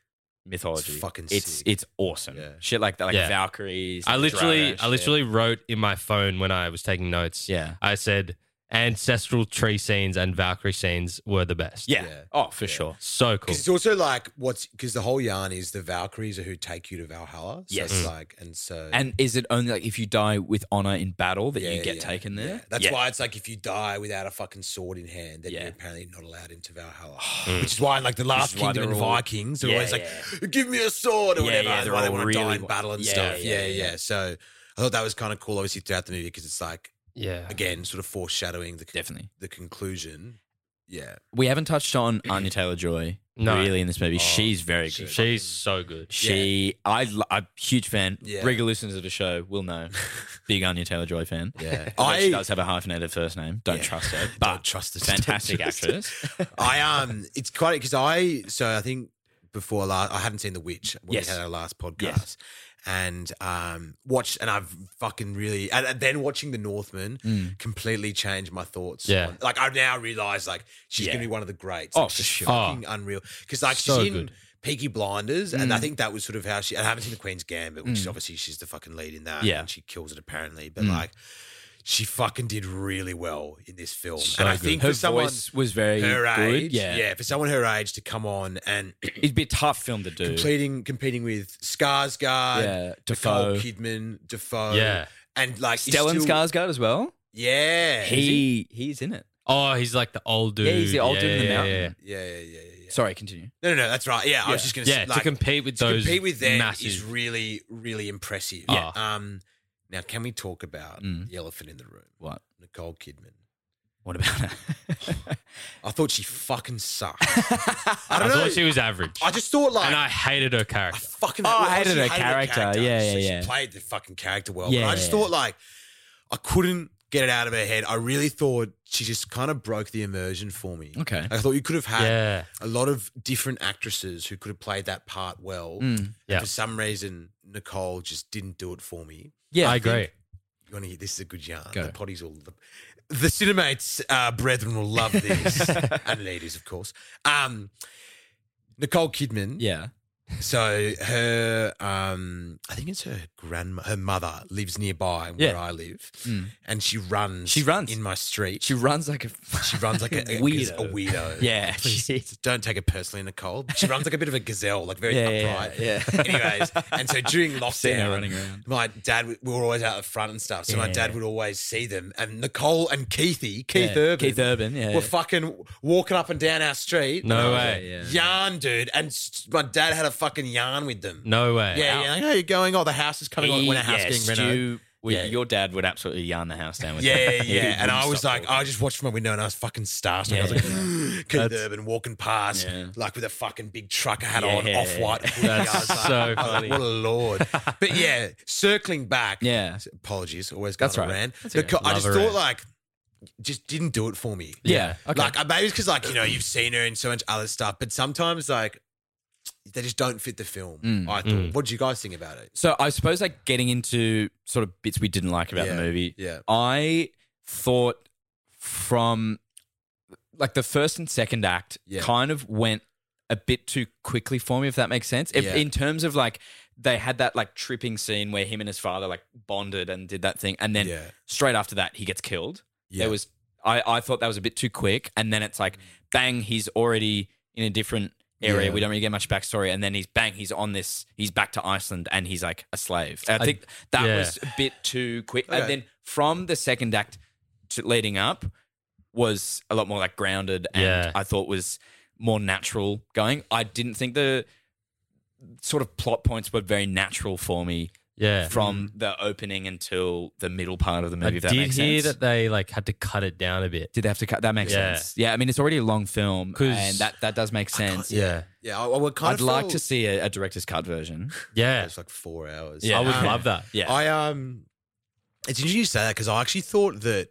mythology. It's fucking it's sick. it's awesome. Yeah. Shit like that, like Yeah. Valkyries. I and literally, Draga I shit. literally wrote in my phone when I was taking notes. Yeah. I said ancestral tree scenes and Valkyrie scenes were the best. yeah. Yeah. Oh, for sure. so cool. Because it's also like what's because the whole yarn is the Valkyries are who take you to Valhalla. So Yes. it's Mm. like and so And is it only like if you die with honor in battle that you Yeah, get yeah, taken there? yeah. That's Yeah. why it's like if you die without a fucking sword in hand, then Yeah. you're apparently not allowed into Valhalla. Which is why in like the Last is why Kingdom they're and all- Vikings are Yeah, always like, yeah. give me a sword or Yeah, whatever. yeah, and they're why they all want to die really in wa- battle and Yeah, stuff. yeah, Yeah yeah, yeah. So I thought that was kind of cool, obviously, throughout the movie because it's like yeah. again sort of foreshadowing the con- Uh-huh. Definitely. the conclusion. Yeah. We haven't touched on Anya Taylor Joy No. really in this Oh, movie. She's very good. She's so good. She, I, lo- I'm a huge fan. Yeah. Regular listeners of the show will know. Big Anya Taylor Joy fan. Yeah. I, she I- does have a hyphenated first name. Don't Yeah. trust her. But Don't trust this. fantastic Don't trust actress. I um, it's quite because I so I think before last I hadn't seen The Witch when Yes. we had our last podcast, Yes. and um, watched and I've fucking really and and then watching The Northman Mm. completely changed my thoughts. Yeah. on- like I now realize like she's Yeah. gonna be one of the greats. Oh, Like, for she's sure. fucking unreal because like So she's in. good. Peaky Blinders, Mm. and I think that was sort of how she. And I haven't seen The Queen's Gambit, which is obviously she's the fucking lead in that, Yeah. Mm. and she kills it apparently. But like, she fucking did really well in this film, and I think her for someone, voice was very her good. age, yeah. for someone her age to come on and It'd be a tough film to do. competing, competing with Skarsgård, Yeah, Nicole Defoe. Kidman, Defoe, Yeah. and like it's Stellan still- Skarsgård as well. yeah, He he's in it. Oh, he's like the old dude. Yeah, he's the old dude in the mountain. yeah, yeah, yeah, yeah. Sorry, continue. No, no, no, that's right. Yeah, I was Yeah. just gonna Yeah, say, like, to compete with to those compete with them massive. is really, really impressive. Yeah. Um, now can we talk about Mm. the elephant in the room, What? Nicole Kidman? What about her? I thought she fucking sucked. I, don't know. thought she was average. I just thought like and I hated her character. fucking. Oh, I well, hated she her character. Yeah, yeah, so yeah. She played the fucking character well. Yeah, but I just yeah, thought like I couldn't get it out of her head. I really thought she just kind of broke the immersion for me. Okay. I thought you could have had Yeah. a lot of different actresses who could have played that part well. Mm. And Yeah. For some reason, Nicole just didn't do it for me. Yeah, I I agree. You want to hear? This is a good yarn. Go. The potties all the, the cinemates uh, brethren will love this, and ladies, of course. Um, Nicole Kidman. Yeah. So her, um, I think it's her grandma, her mother lives nearby where Yeah. I live, Mm. and she runs. She runs. in my street. She runs like a She runs like a a Weirdo. A weirdo. Yeah, Please, she- don't take it personally, Nicole. She runs like a bit of a gazelle, like very Yeah, yeah, upright. yeah. Anyways, and so during lockdown, Seen her running around. my dad, we were always out the front and stuff. So my Yeah. dad would always see them, and Nicole and Keithy, Keith Yeah, Urban, Keith Urban, yeah, were yeah. fucking walking up and down our street. No way. Yeah, Yarn, dude, and s- my dad had a fucking yarn with them. No way. Yeah, yeah. Like, oh, you're going. Oh, the house is coming. on when a house yeah, getting Stu renovated. would- Yeah. Your dad would absolutely yarn the house down with Yeah, her. yeah, He yeah. and I wouldn't was stop like, I just watched from my window and I was fucking starstruck. I was Yeah, like, yeah. Keith That's- Urban walking past, Yeah. like with a fucking big trucker hat Yeah, on, yeah, off white. yeah. That's so funny. oh, What a lord. But yeah, circling back. Yeah. Apologies, always got That's a right. rant. That's Because okay. I just Love a thought rant. like, just didn't do it for me. Yeah, okay. Like I- maybe it's because like you know you've seen her in so much other stuff, but sometimes like they just don't fit the film. Mm. I thought. Mm. What did you guys think about it? So I suppose like getting into sort of bits we didn't like about Yeah, the movie. yeah. I thought from like the first and second act Yeah. kind of went a bit too quickly for me, if that makes sense. If, Yeah. In terms of like they had that like tripping scene where him and his father like bonded and did that thing, and then Yeah. straight after that he gets killed. Yeah. There was I I thought that was a bit too quick, and then it's like bang, he's already in a different area. Yeah. We don't really get much backstory, and then he's bang, he's on this, he's back to Iceland, and he's like a slave. I, I- think that yeah. was a bit too quick, Okay. and then from the second act to leading up was a lot more like grounded, and Yeah. I thought was more natural going. I didn't think the sort of plot points were very natural for me Yeah. Mm. from the opening until the middle part of the movie. I if that did makes hear sense. that they like had to cut it down a bit. Did they have to cut? That makes Yeah. sense. Yeah, I mean, it's already a long film, 'Cause- and that, that does make sense. Yeah. Yeah, I, I would kind I'd of like felt- to see a, a director's cut version. Yeah. It's like four hours. Yeah. I would Um, love that. Yeah, I um, it's interesting you say that because I actually thought that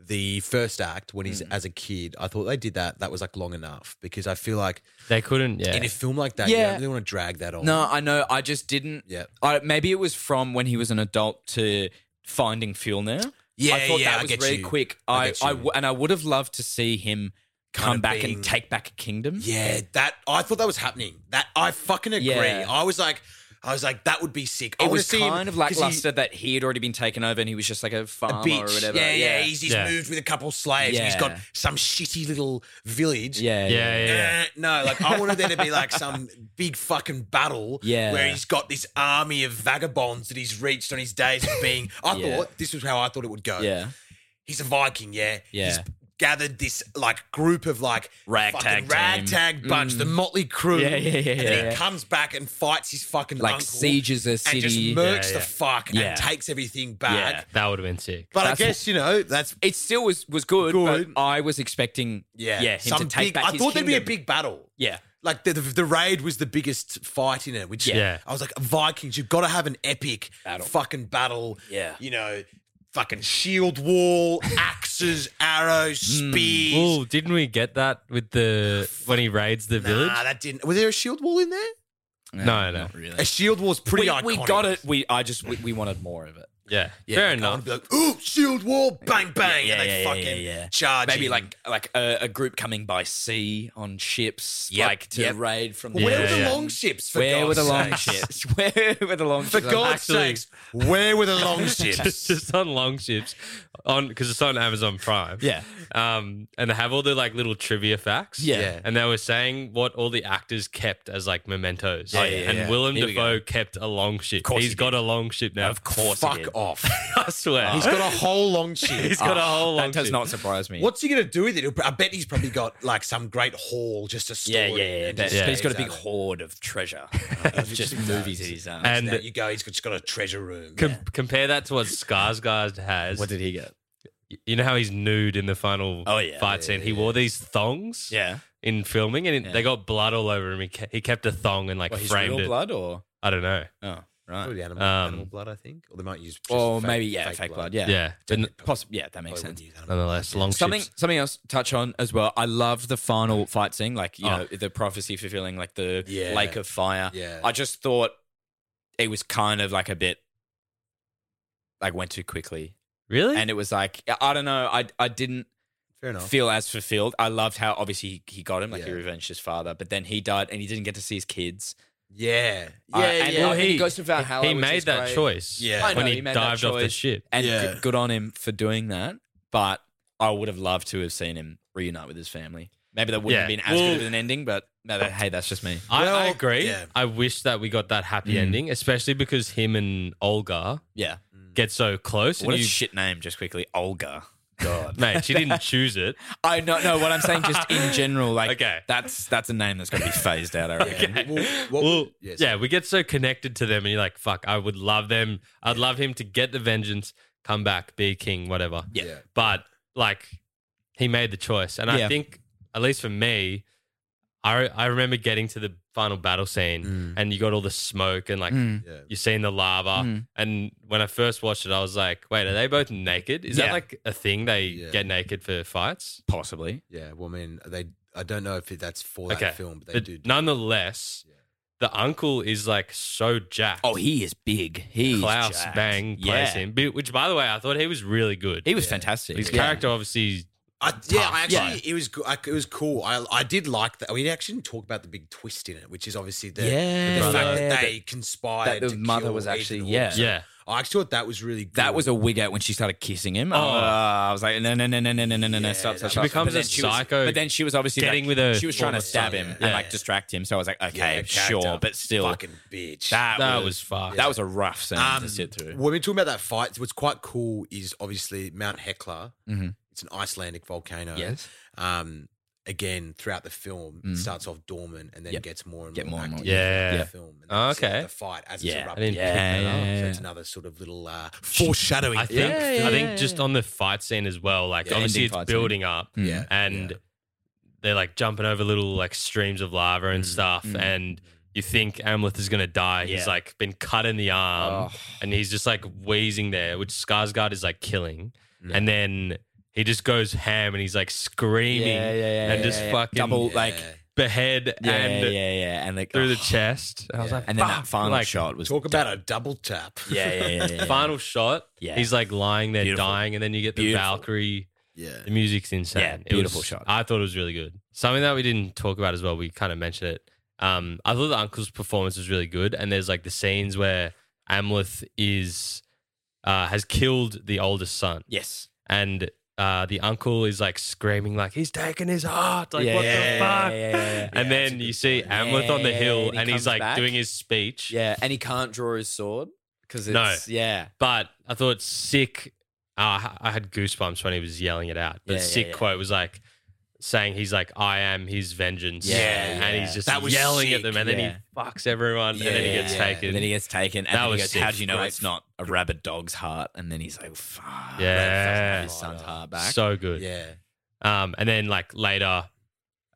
the first act when Mm. he's as a kid, I thought they did that. That was like long enough because I feel like They couldn't. Yeah. in a film like that, you Yeah. don't really want to drag that on. no, I know. I just didn't. Yeah. I, maybe it was from when he was an adult to finding fuel now. Yeah, I thought yeah, that I was get very you. quick. I I, get I you. w- and I would have loved to see him Kind come of back being- and take back a kingdom. Yeah, that I thought that was happening. That I fucking agree. Yeah. I was like, I was like, that would be sick. I It wanna was see him- kind of 'cause he- lackluster that he had already been taken over and he was just like a a farmer beach. or whatever. Yeah, yeah, He's, he's Yeah. moved with a couple slaves. And he's got Yeah. some shitty little village. yeah, yeah. Yeah. Yeah. Eh, no, like I wanted there to be like some big fucking battle Yeah. where he's got this army of vagabonds that he's reached on his days of being. I Yeah. thought this was how I thought it would go. yeah. He's a Viking, yeah. He's Yeah. gathered this like group of like Ragtag team. fucking Mm. ragtag bunch, the motley crew. Yeah, yeah, yeah, And then yeah. he comes back and fights his fucking Like uncle sieges a and just city. murks Yeah, the yeah. fuck Yeah. and takes everything back. Yeah. That would have been sick. But That's I guess you know that's It still was was good, Good. but I was expecting yeah. yeah, him some to take big, back I his thought there'd be a kingdom. big battle. yeah. Like the, the the raid was the biggest fight in it, which Yeah. I was like, Vikings, you've got to have an epic Battle. fucking battle. Yeah. you know, fucking shield wall, axes, arrows, Hmm. spears. Well, didn't we get that with the when he raids the village? Nah, that didn't. Was there a shield wall in there? No, no. not really. A shield wall's pretty we, iconic. we got it. We I just we, we wanted more of it. yeah. Yeah, fair like, I wanna enough. Be like, ooh, shield wall, bang, bang, yeah, and they yeah, fucking yeah, yeah. charge. Maybe in. like like a, a group coming by sea on ships, Yep, like to yep. raid from. Well, where Yeah, were the yeah. long ships? For Where God's were the long sakes? ships? Where were the long For ships? God's Actually- sakes, where were the long ships? it's just on long ships on because it's on Amazon Prime. Yeah. Um, and they have all the like little trivia facts. Yeah. Yeah. And they were saying what all the actors kept as like mementos. Yeah, Like, yeah, and yeah. Willem Here we Dafoe kept a long ship. course He's he got a long ship now. Of course, Fuck he did. off. I swear. He's got a whole long ship. He's got a whole long Ah, That does ship. not surprise me. What's he going to do with it? He'll- I bet he's probably got like some great haul just to store Yeah, it yeah, in yeah. and that- just He's got a stays big out. hoard of treasure, of just He does. movies that he's um, done. And- There you go. He's got- just got a treasure room. Com- Compare that to what Skarsgård has. what did he get? You know how he's nude in the final Oh, yeah. fight scene. he wore these thongs. Yeah. In filming, and it- they got blood all over him. He, ke- he kept a thong and like What, his framed real it. blood or- I don't know. Oh, right. Probably animal, Um, animal blood, I think. Or they might use. just or fake- maybe yeah, fake, blood. Yeah, Yeah. But n- possi- yeah, that makes sense. Nonetheless, long Something ships. something else to touch on as well. I love the final fight scene, like you Oh. know the prophecy fulfilling, like the Yeah. lake of fire. Yeah. I just thought it was kind of like a bit like went too quickly. Really? And it was like I- I don't know. I I didn't Fair enough. feel as fulfilled. I loved how obviously he, he got him, like he Yeah. revenged his father, but then he died and he didn't get to see his kids. Yeah. Uh, Yeah. and yeah. I think it goes to Valhalla. he which made is that great. choice Yeah, when I know, he made that dived off the choice, ship. and g- Yeah. good on him for doing that. But I would have loved to have seen him reunite with his family. Maybe that wouldn't have Yeah. been as Well- good of an ending, but no, that, hey, that's just me. I, I agree. yeah. I wish that we got that happy Mm. ending, especially because him and Olga Yeah. get so close. Hmm. What and a you, shit name, just quickly, Olga. God, Mate, she didn't choose it. I no, no. What I'm saying, just in general, like that's that's a name that's going to be phased out. I reckon. Well, yeah, we get so connected to them, and you're like, "Fuck, I would love them. I'd love him to get the vengeance, come back, be a king, whatever." Yeah. Yeah. But like, he made the choice, and Yeah. I think, at least for me, I I remember getting to the final battle scene, Hmm. and you got all the smoke, and like Mm. you're seeing the lava. Mm. And when I first watched it, I was like, "Wait, are they both naked? Is Yeah. that like a thing they Yeah. get naked for fights?" Possibly. Yeah. Well, I mean, they. I don't know if it, that's for okay. that film, but they But do. nonetheless, the uncle is like so jacked. Oh, he is big. He Klaus Bang plays Yeah. him, Be- which by the way, I thought he was really good. He was fantastic. His Yeah. character obviously. I, yeah, tough I guy. actually it was go- I, it was cool. I I did like that. We actually didn't talk about the big twist in it, which is obviously the, Yeah. the fact Yeah. that they That- conspired. that the to mother kill was Ethan actually- Hawke. yeah. So Yeah. I actually thought that was really good. That was a wig out when she started kissing him. Oh. Oh, I was like, no, no, no, no, no, no, no, no, stop, stop, She stop. becomes But then a was- psycho but then she was obviously getting like- with her She was trying to former stab son, him yeah. and like distract him. So I was like, okay, sure, character. but still, Fucking bitch. That, That was, was fucked. That was a rough scene to Um, sit through. When we're talking about that fight, what's quite cool is obviously Mount Hecla. Mhm. It's an Icelandic volcano. Yes. Um, again, throughout the film, Mm. it starts off dormant and then Yep. gets more and Get more, more and more, active yeah. throughout Yeah. the film. And Oh, that's, like, okay. the fight as Yeah. I it's erupting. didn't pick that up. So Yeah. it's another sort of little uh, foreshadowing. I thing. think. I think Yeah. just on the fight scene as well. Like Yeah. obviously, Ending it's fight scene. building up. Mm. Yeah. and they're like jumping over little like streams of lava and stuff Mm. and you think Amleth is gonna die. Yeah. He's like been cut in the arm Oh. and he's just like wheezing there, which Skarsgård is like killing. And then he just goes ham and he's like screaming Yeah, yeah, yeah, and yeah, just yeah. fucking Double, like- behead Yeah, and yeah, yeah, and like through the oh. chest. I was like, And then "Fuck." that final Like, shot was Talk about a double tap. Yeah, yeah, yeah, yeah, yeah. final shot. Yeah. He's like lying there Beautiful. dying, and then you get the Beautiful. Valkyrie. Yeah. The music's insane. Yeah, It beautiful was- shot. I thought it was really good. Something that we didn't talk about as well, we kind of mentioned it. Um, I thought the uncle's performance was really good, and there's like the scenes where Amleth is uh, has killed the oldest son. Yes. And uh, the uncle is like screaming, like he's taking his heart, like Yeah, what yeah, the fuck? yeah, yeah, yeah. And then you see Amleth on the Yeah, hill, and he and he's comes like back. doing his speech. Yeah, and he can't draw his sword because No. it's yeah. But I thought sick. Uh, I had goosebumps when he was yelling it out. But Yeah, yeah, sick yeah. quote was like saying he's like I am his vengeance. Yeah, and yeah. he's just That was yelling sick, at them, and yeah. then he fucks everyone, and then he gets taken. And then he gets taken. And That then was he goes, sick. How do you know Great. it's not a rabid dog's heart? And then he's like, Fuck. that doesn't have Yeah, His son's heart back. so good. Yeah. Um, and then like later,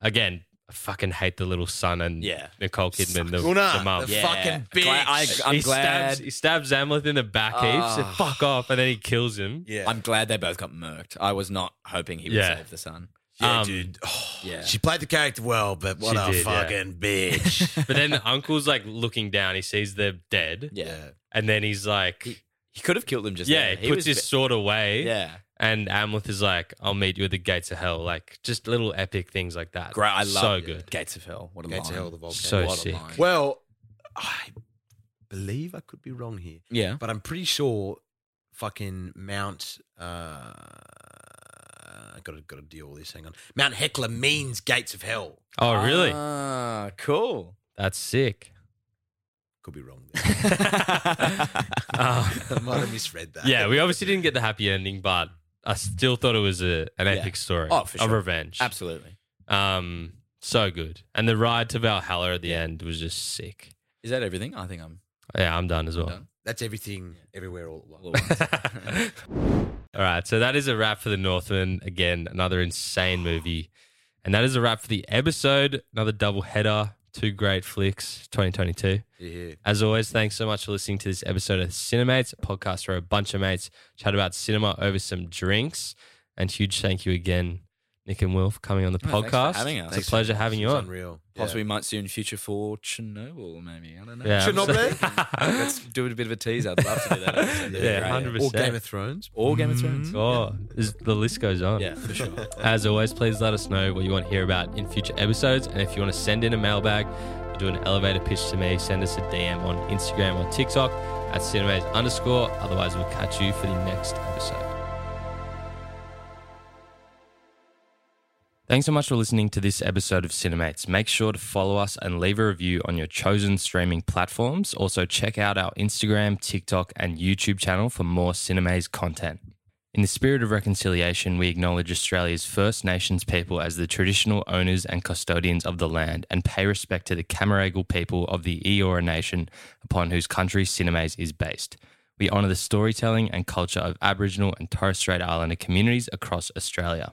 again, I fucking hate the little son and Yeah. Nicole Kidman, the, Well, nah, the mum. the Yeah. fucking bitch. Glad- I, I'm he glad. Stabs, he stabs Amleth in the back heaps. Ah. and fuck off, and then he kills him. Yeah. I'm glad they both got murked. I was not hoping he would Yeah. save the son. Yeah, Um, dude. Oh, Yeah. She played the character well, but what She a did, yeah. fucking bitch. But then the uncle's like looking down. He sees they're dead. Yeah. And then he's like, he, could have killed them just yeah. there. He He puts was his bit- sword away. Yeah. And Amleth is like, I'll meet you at the gates of hell. Like just little epic things like that. Great. I so love good. Gates of Hell. What a Gates of line. Hell, the volcano. So What a sick. line. Well, I believe I could be wrong here. Yeah. But I'm pretty sure fucking Mount uh I gotta gotta deal with this, hang on. Mount Hecla means gates of hell. Oh really? Ah, cool. That's sick. Could be wrong there. Ah, I might have misread that. yeah. We obviously didn't get the happy ending, but I still thought it was a, an Yeah. epic story Oh, for of sure. revenge. Absolutely. Um, so good. And the ride to Valhalla at the end was just sick. Is that everything? I think I'm. Yeah, I'm done as well. done. That's everything, everywhere, all at once. All right, so that is a wrap for The Northman. Again, another insane movie. And that is a wrap for the episode. Another double header, two great flicks, 2022. Yeah. As always, thanks so much for listening to this episode of Cinemates, a podcast where a bunch of mates chat about cinema over some drinks. And huge thank you again, Nick and Will, for coming on the Oh, thanks for podcast. having us. It's Thanks for a pleasure having having us. you It's on. unreal. Possibly might soon future for Chernobyl, maybe. I don't know. Yeah. Chernobyl? Let's do a bit of a tease. I'd love to do that. episode. That'd be Yeah, great. hundred Or percent. Game of Thrones. Or Game of Thrones. Oh, is- the list goes on. Yeah, for sure. As always, please let us know what you want to hear about in future episodes, and if you want to send in a mailbag or do an elevator pitch to me, send us a DM on Instagram or TikTok at cinemas underscore. Otherwise, we'll catch you for the next episode. Thanks so much for listening to this episode of Cinemates. Make sure to follow us and leave a review on your chosen streaming platforms. Also, check out our Instagram, TikTok, and YouTube channel for more Cinemates content. In the spirit of reconciliation, we acknowledge Australia's First Nations people as the traditional owners and custodians of the land and pay respect to the Camaragal people of the Eora Nation upon whose country Cinemates is based. We honour the storytelling and culture of Aboriginal and Torres Strait Islander communities across Australia.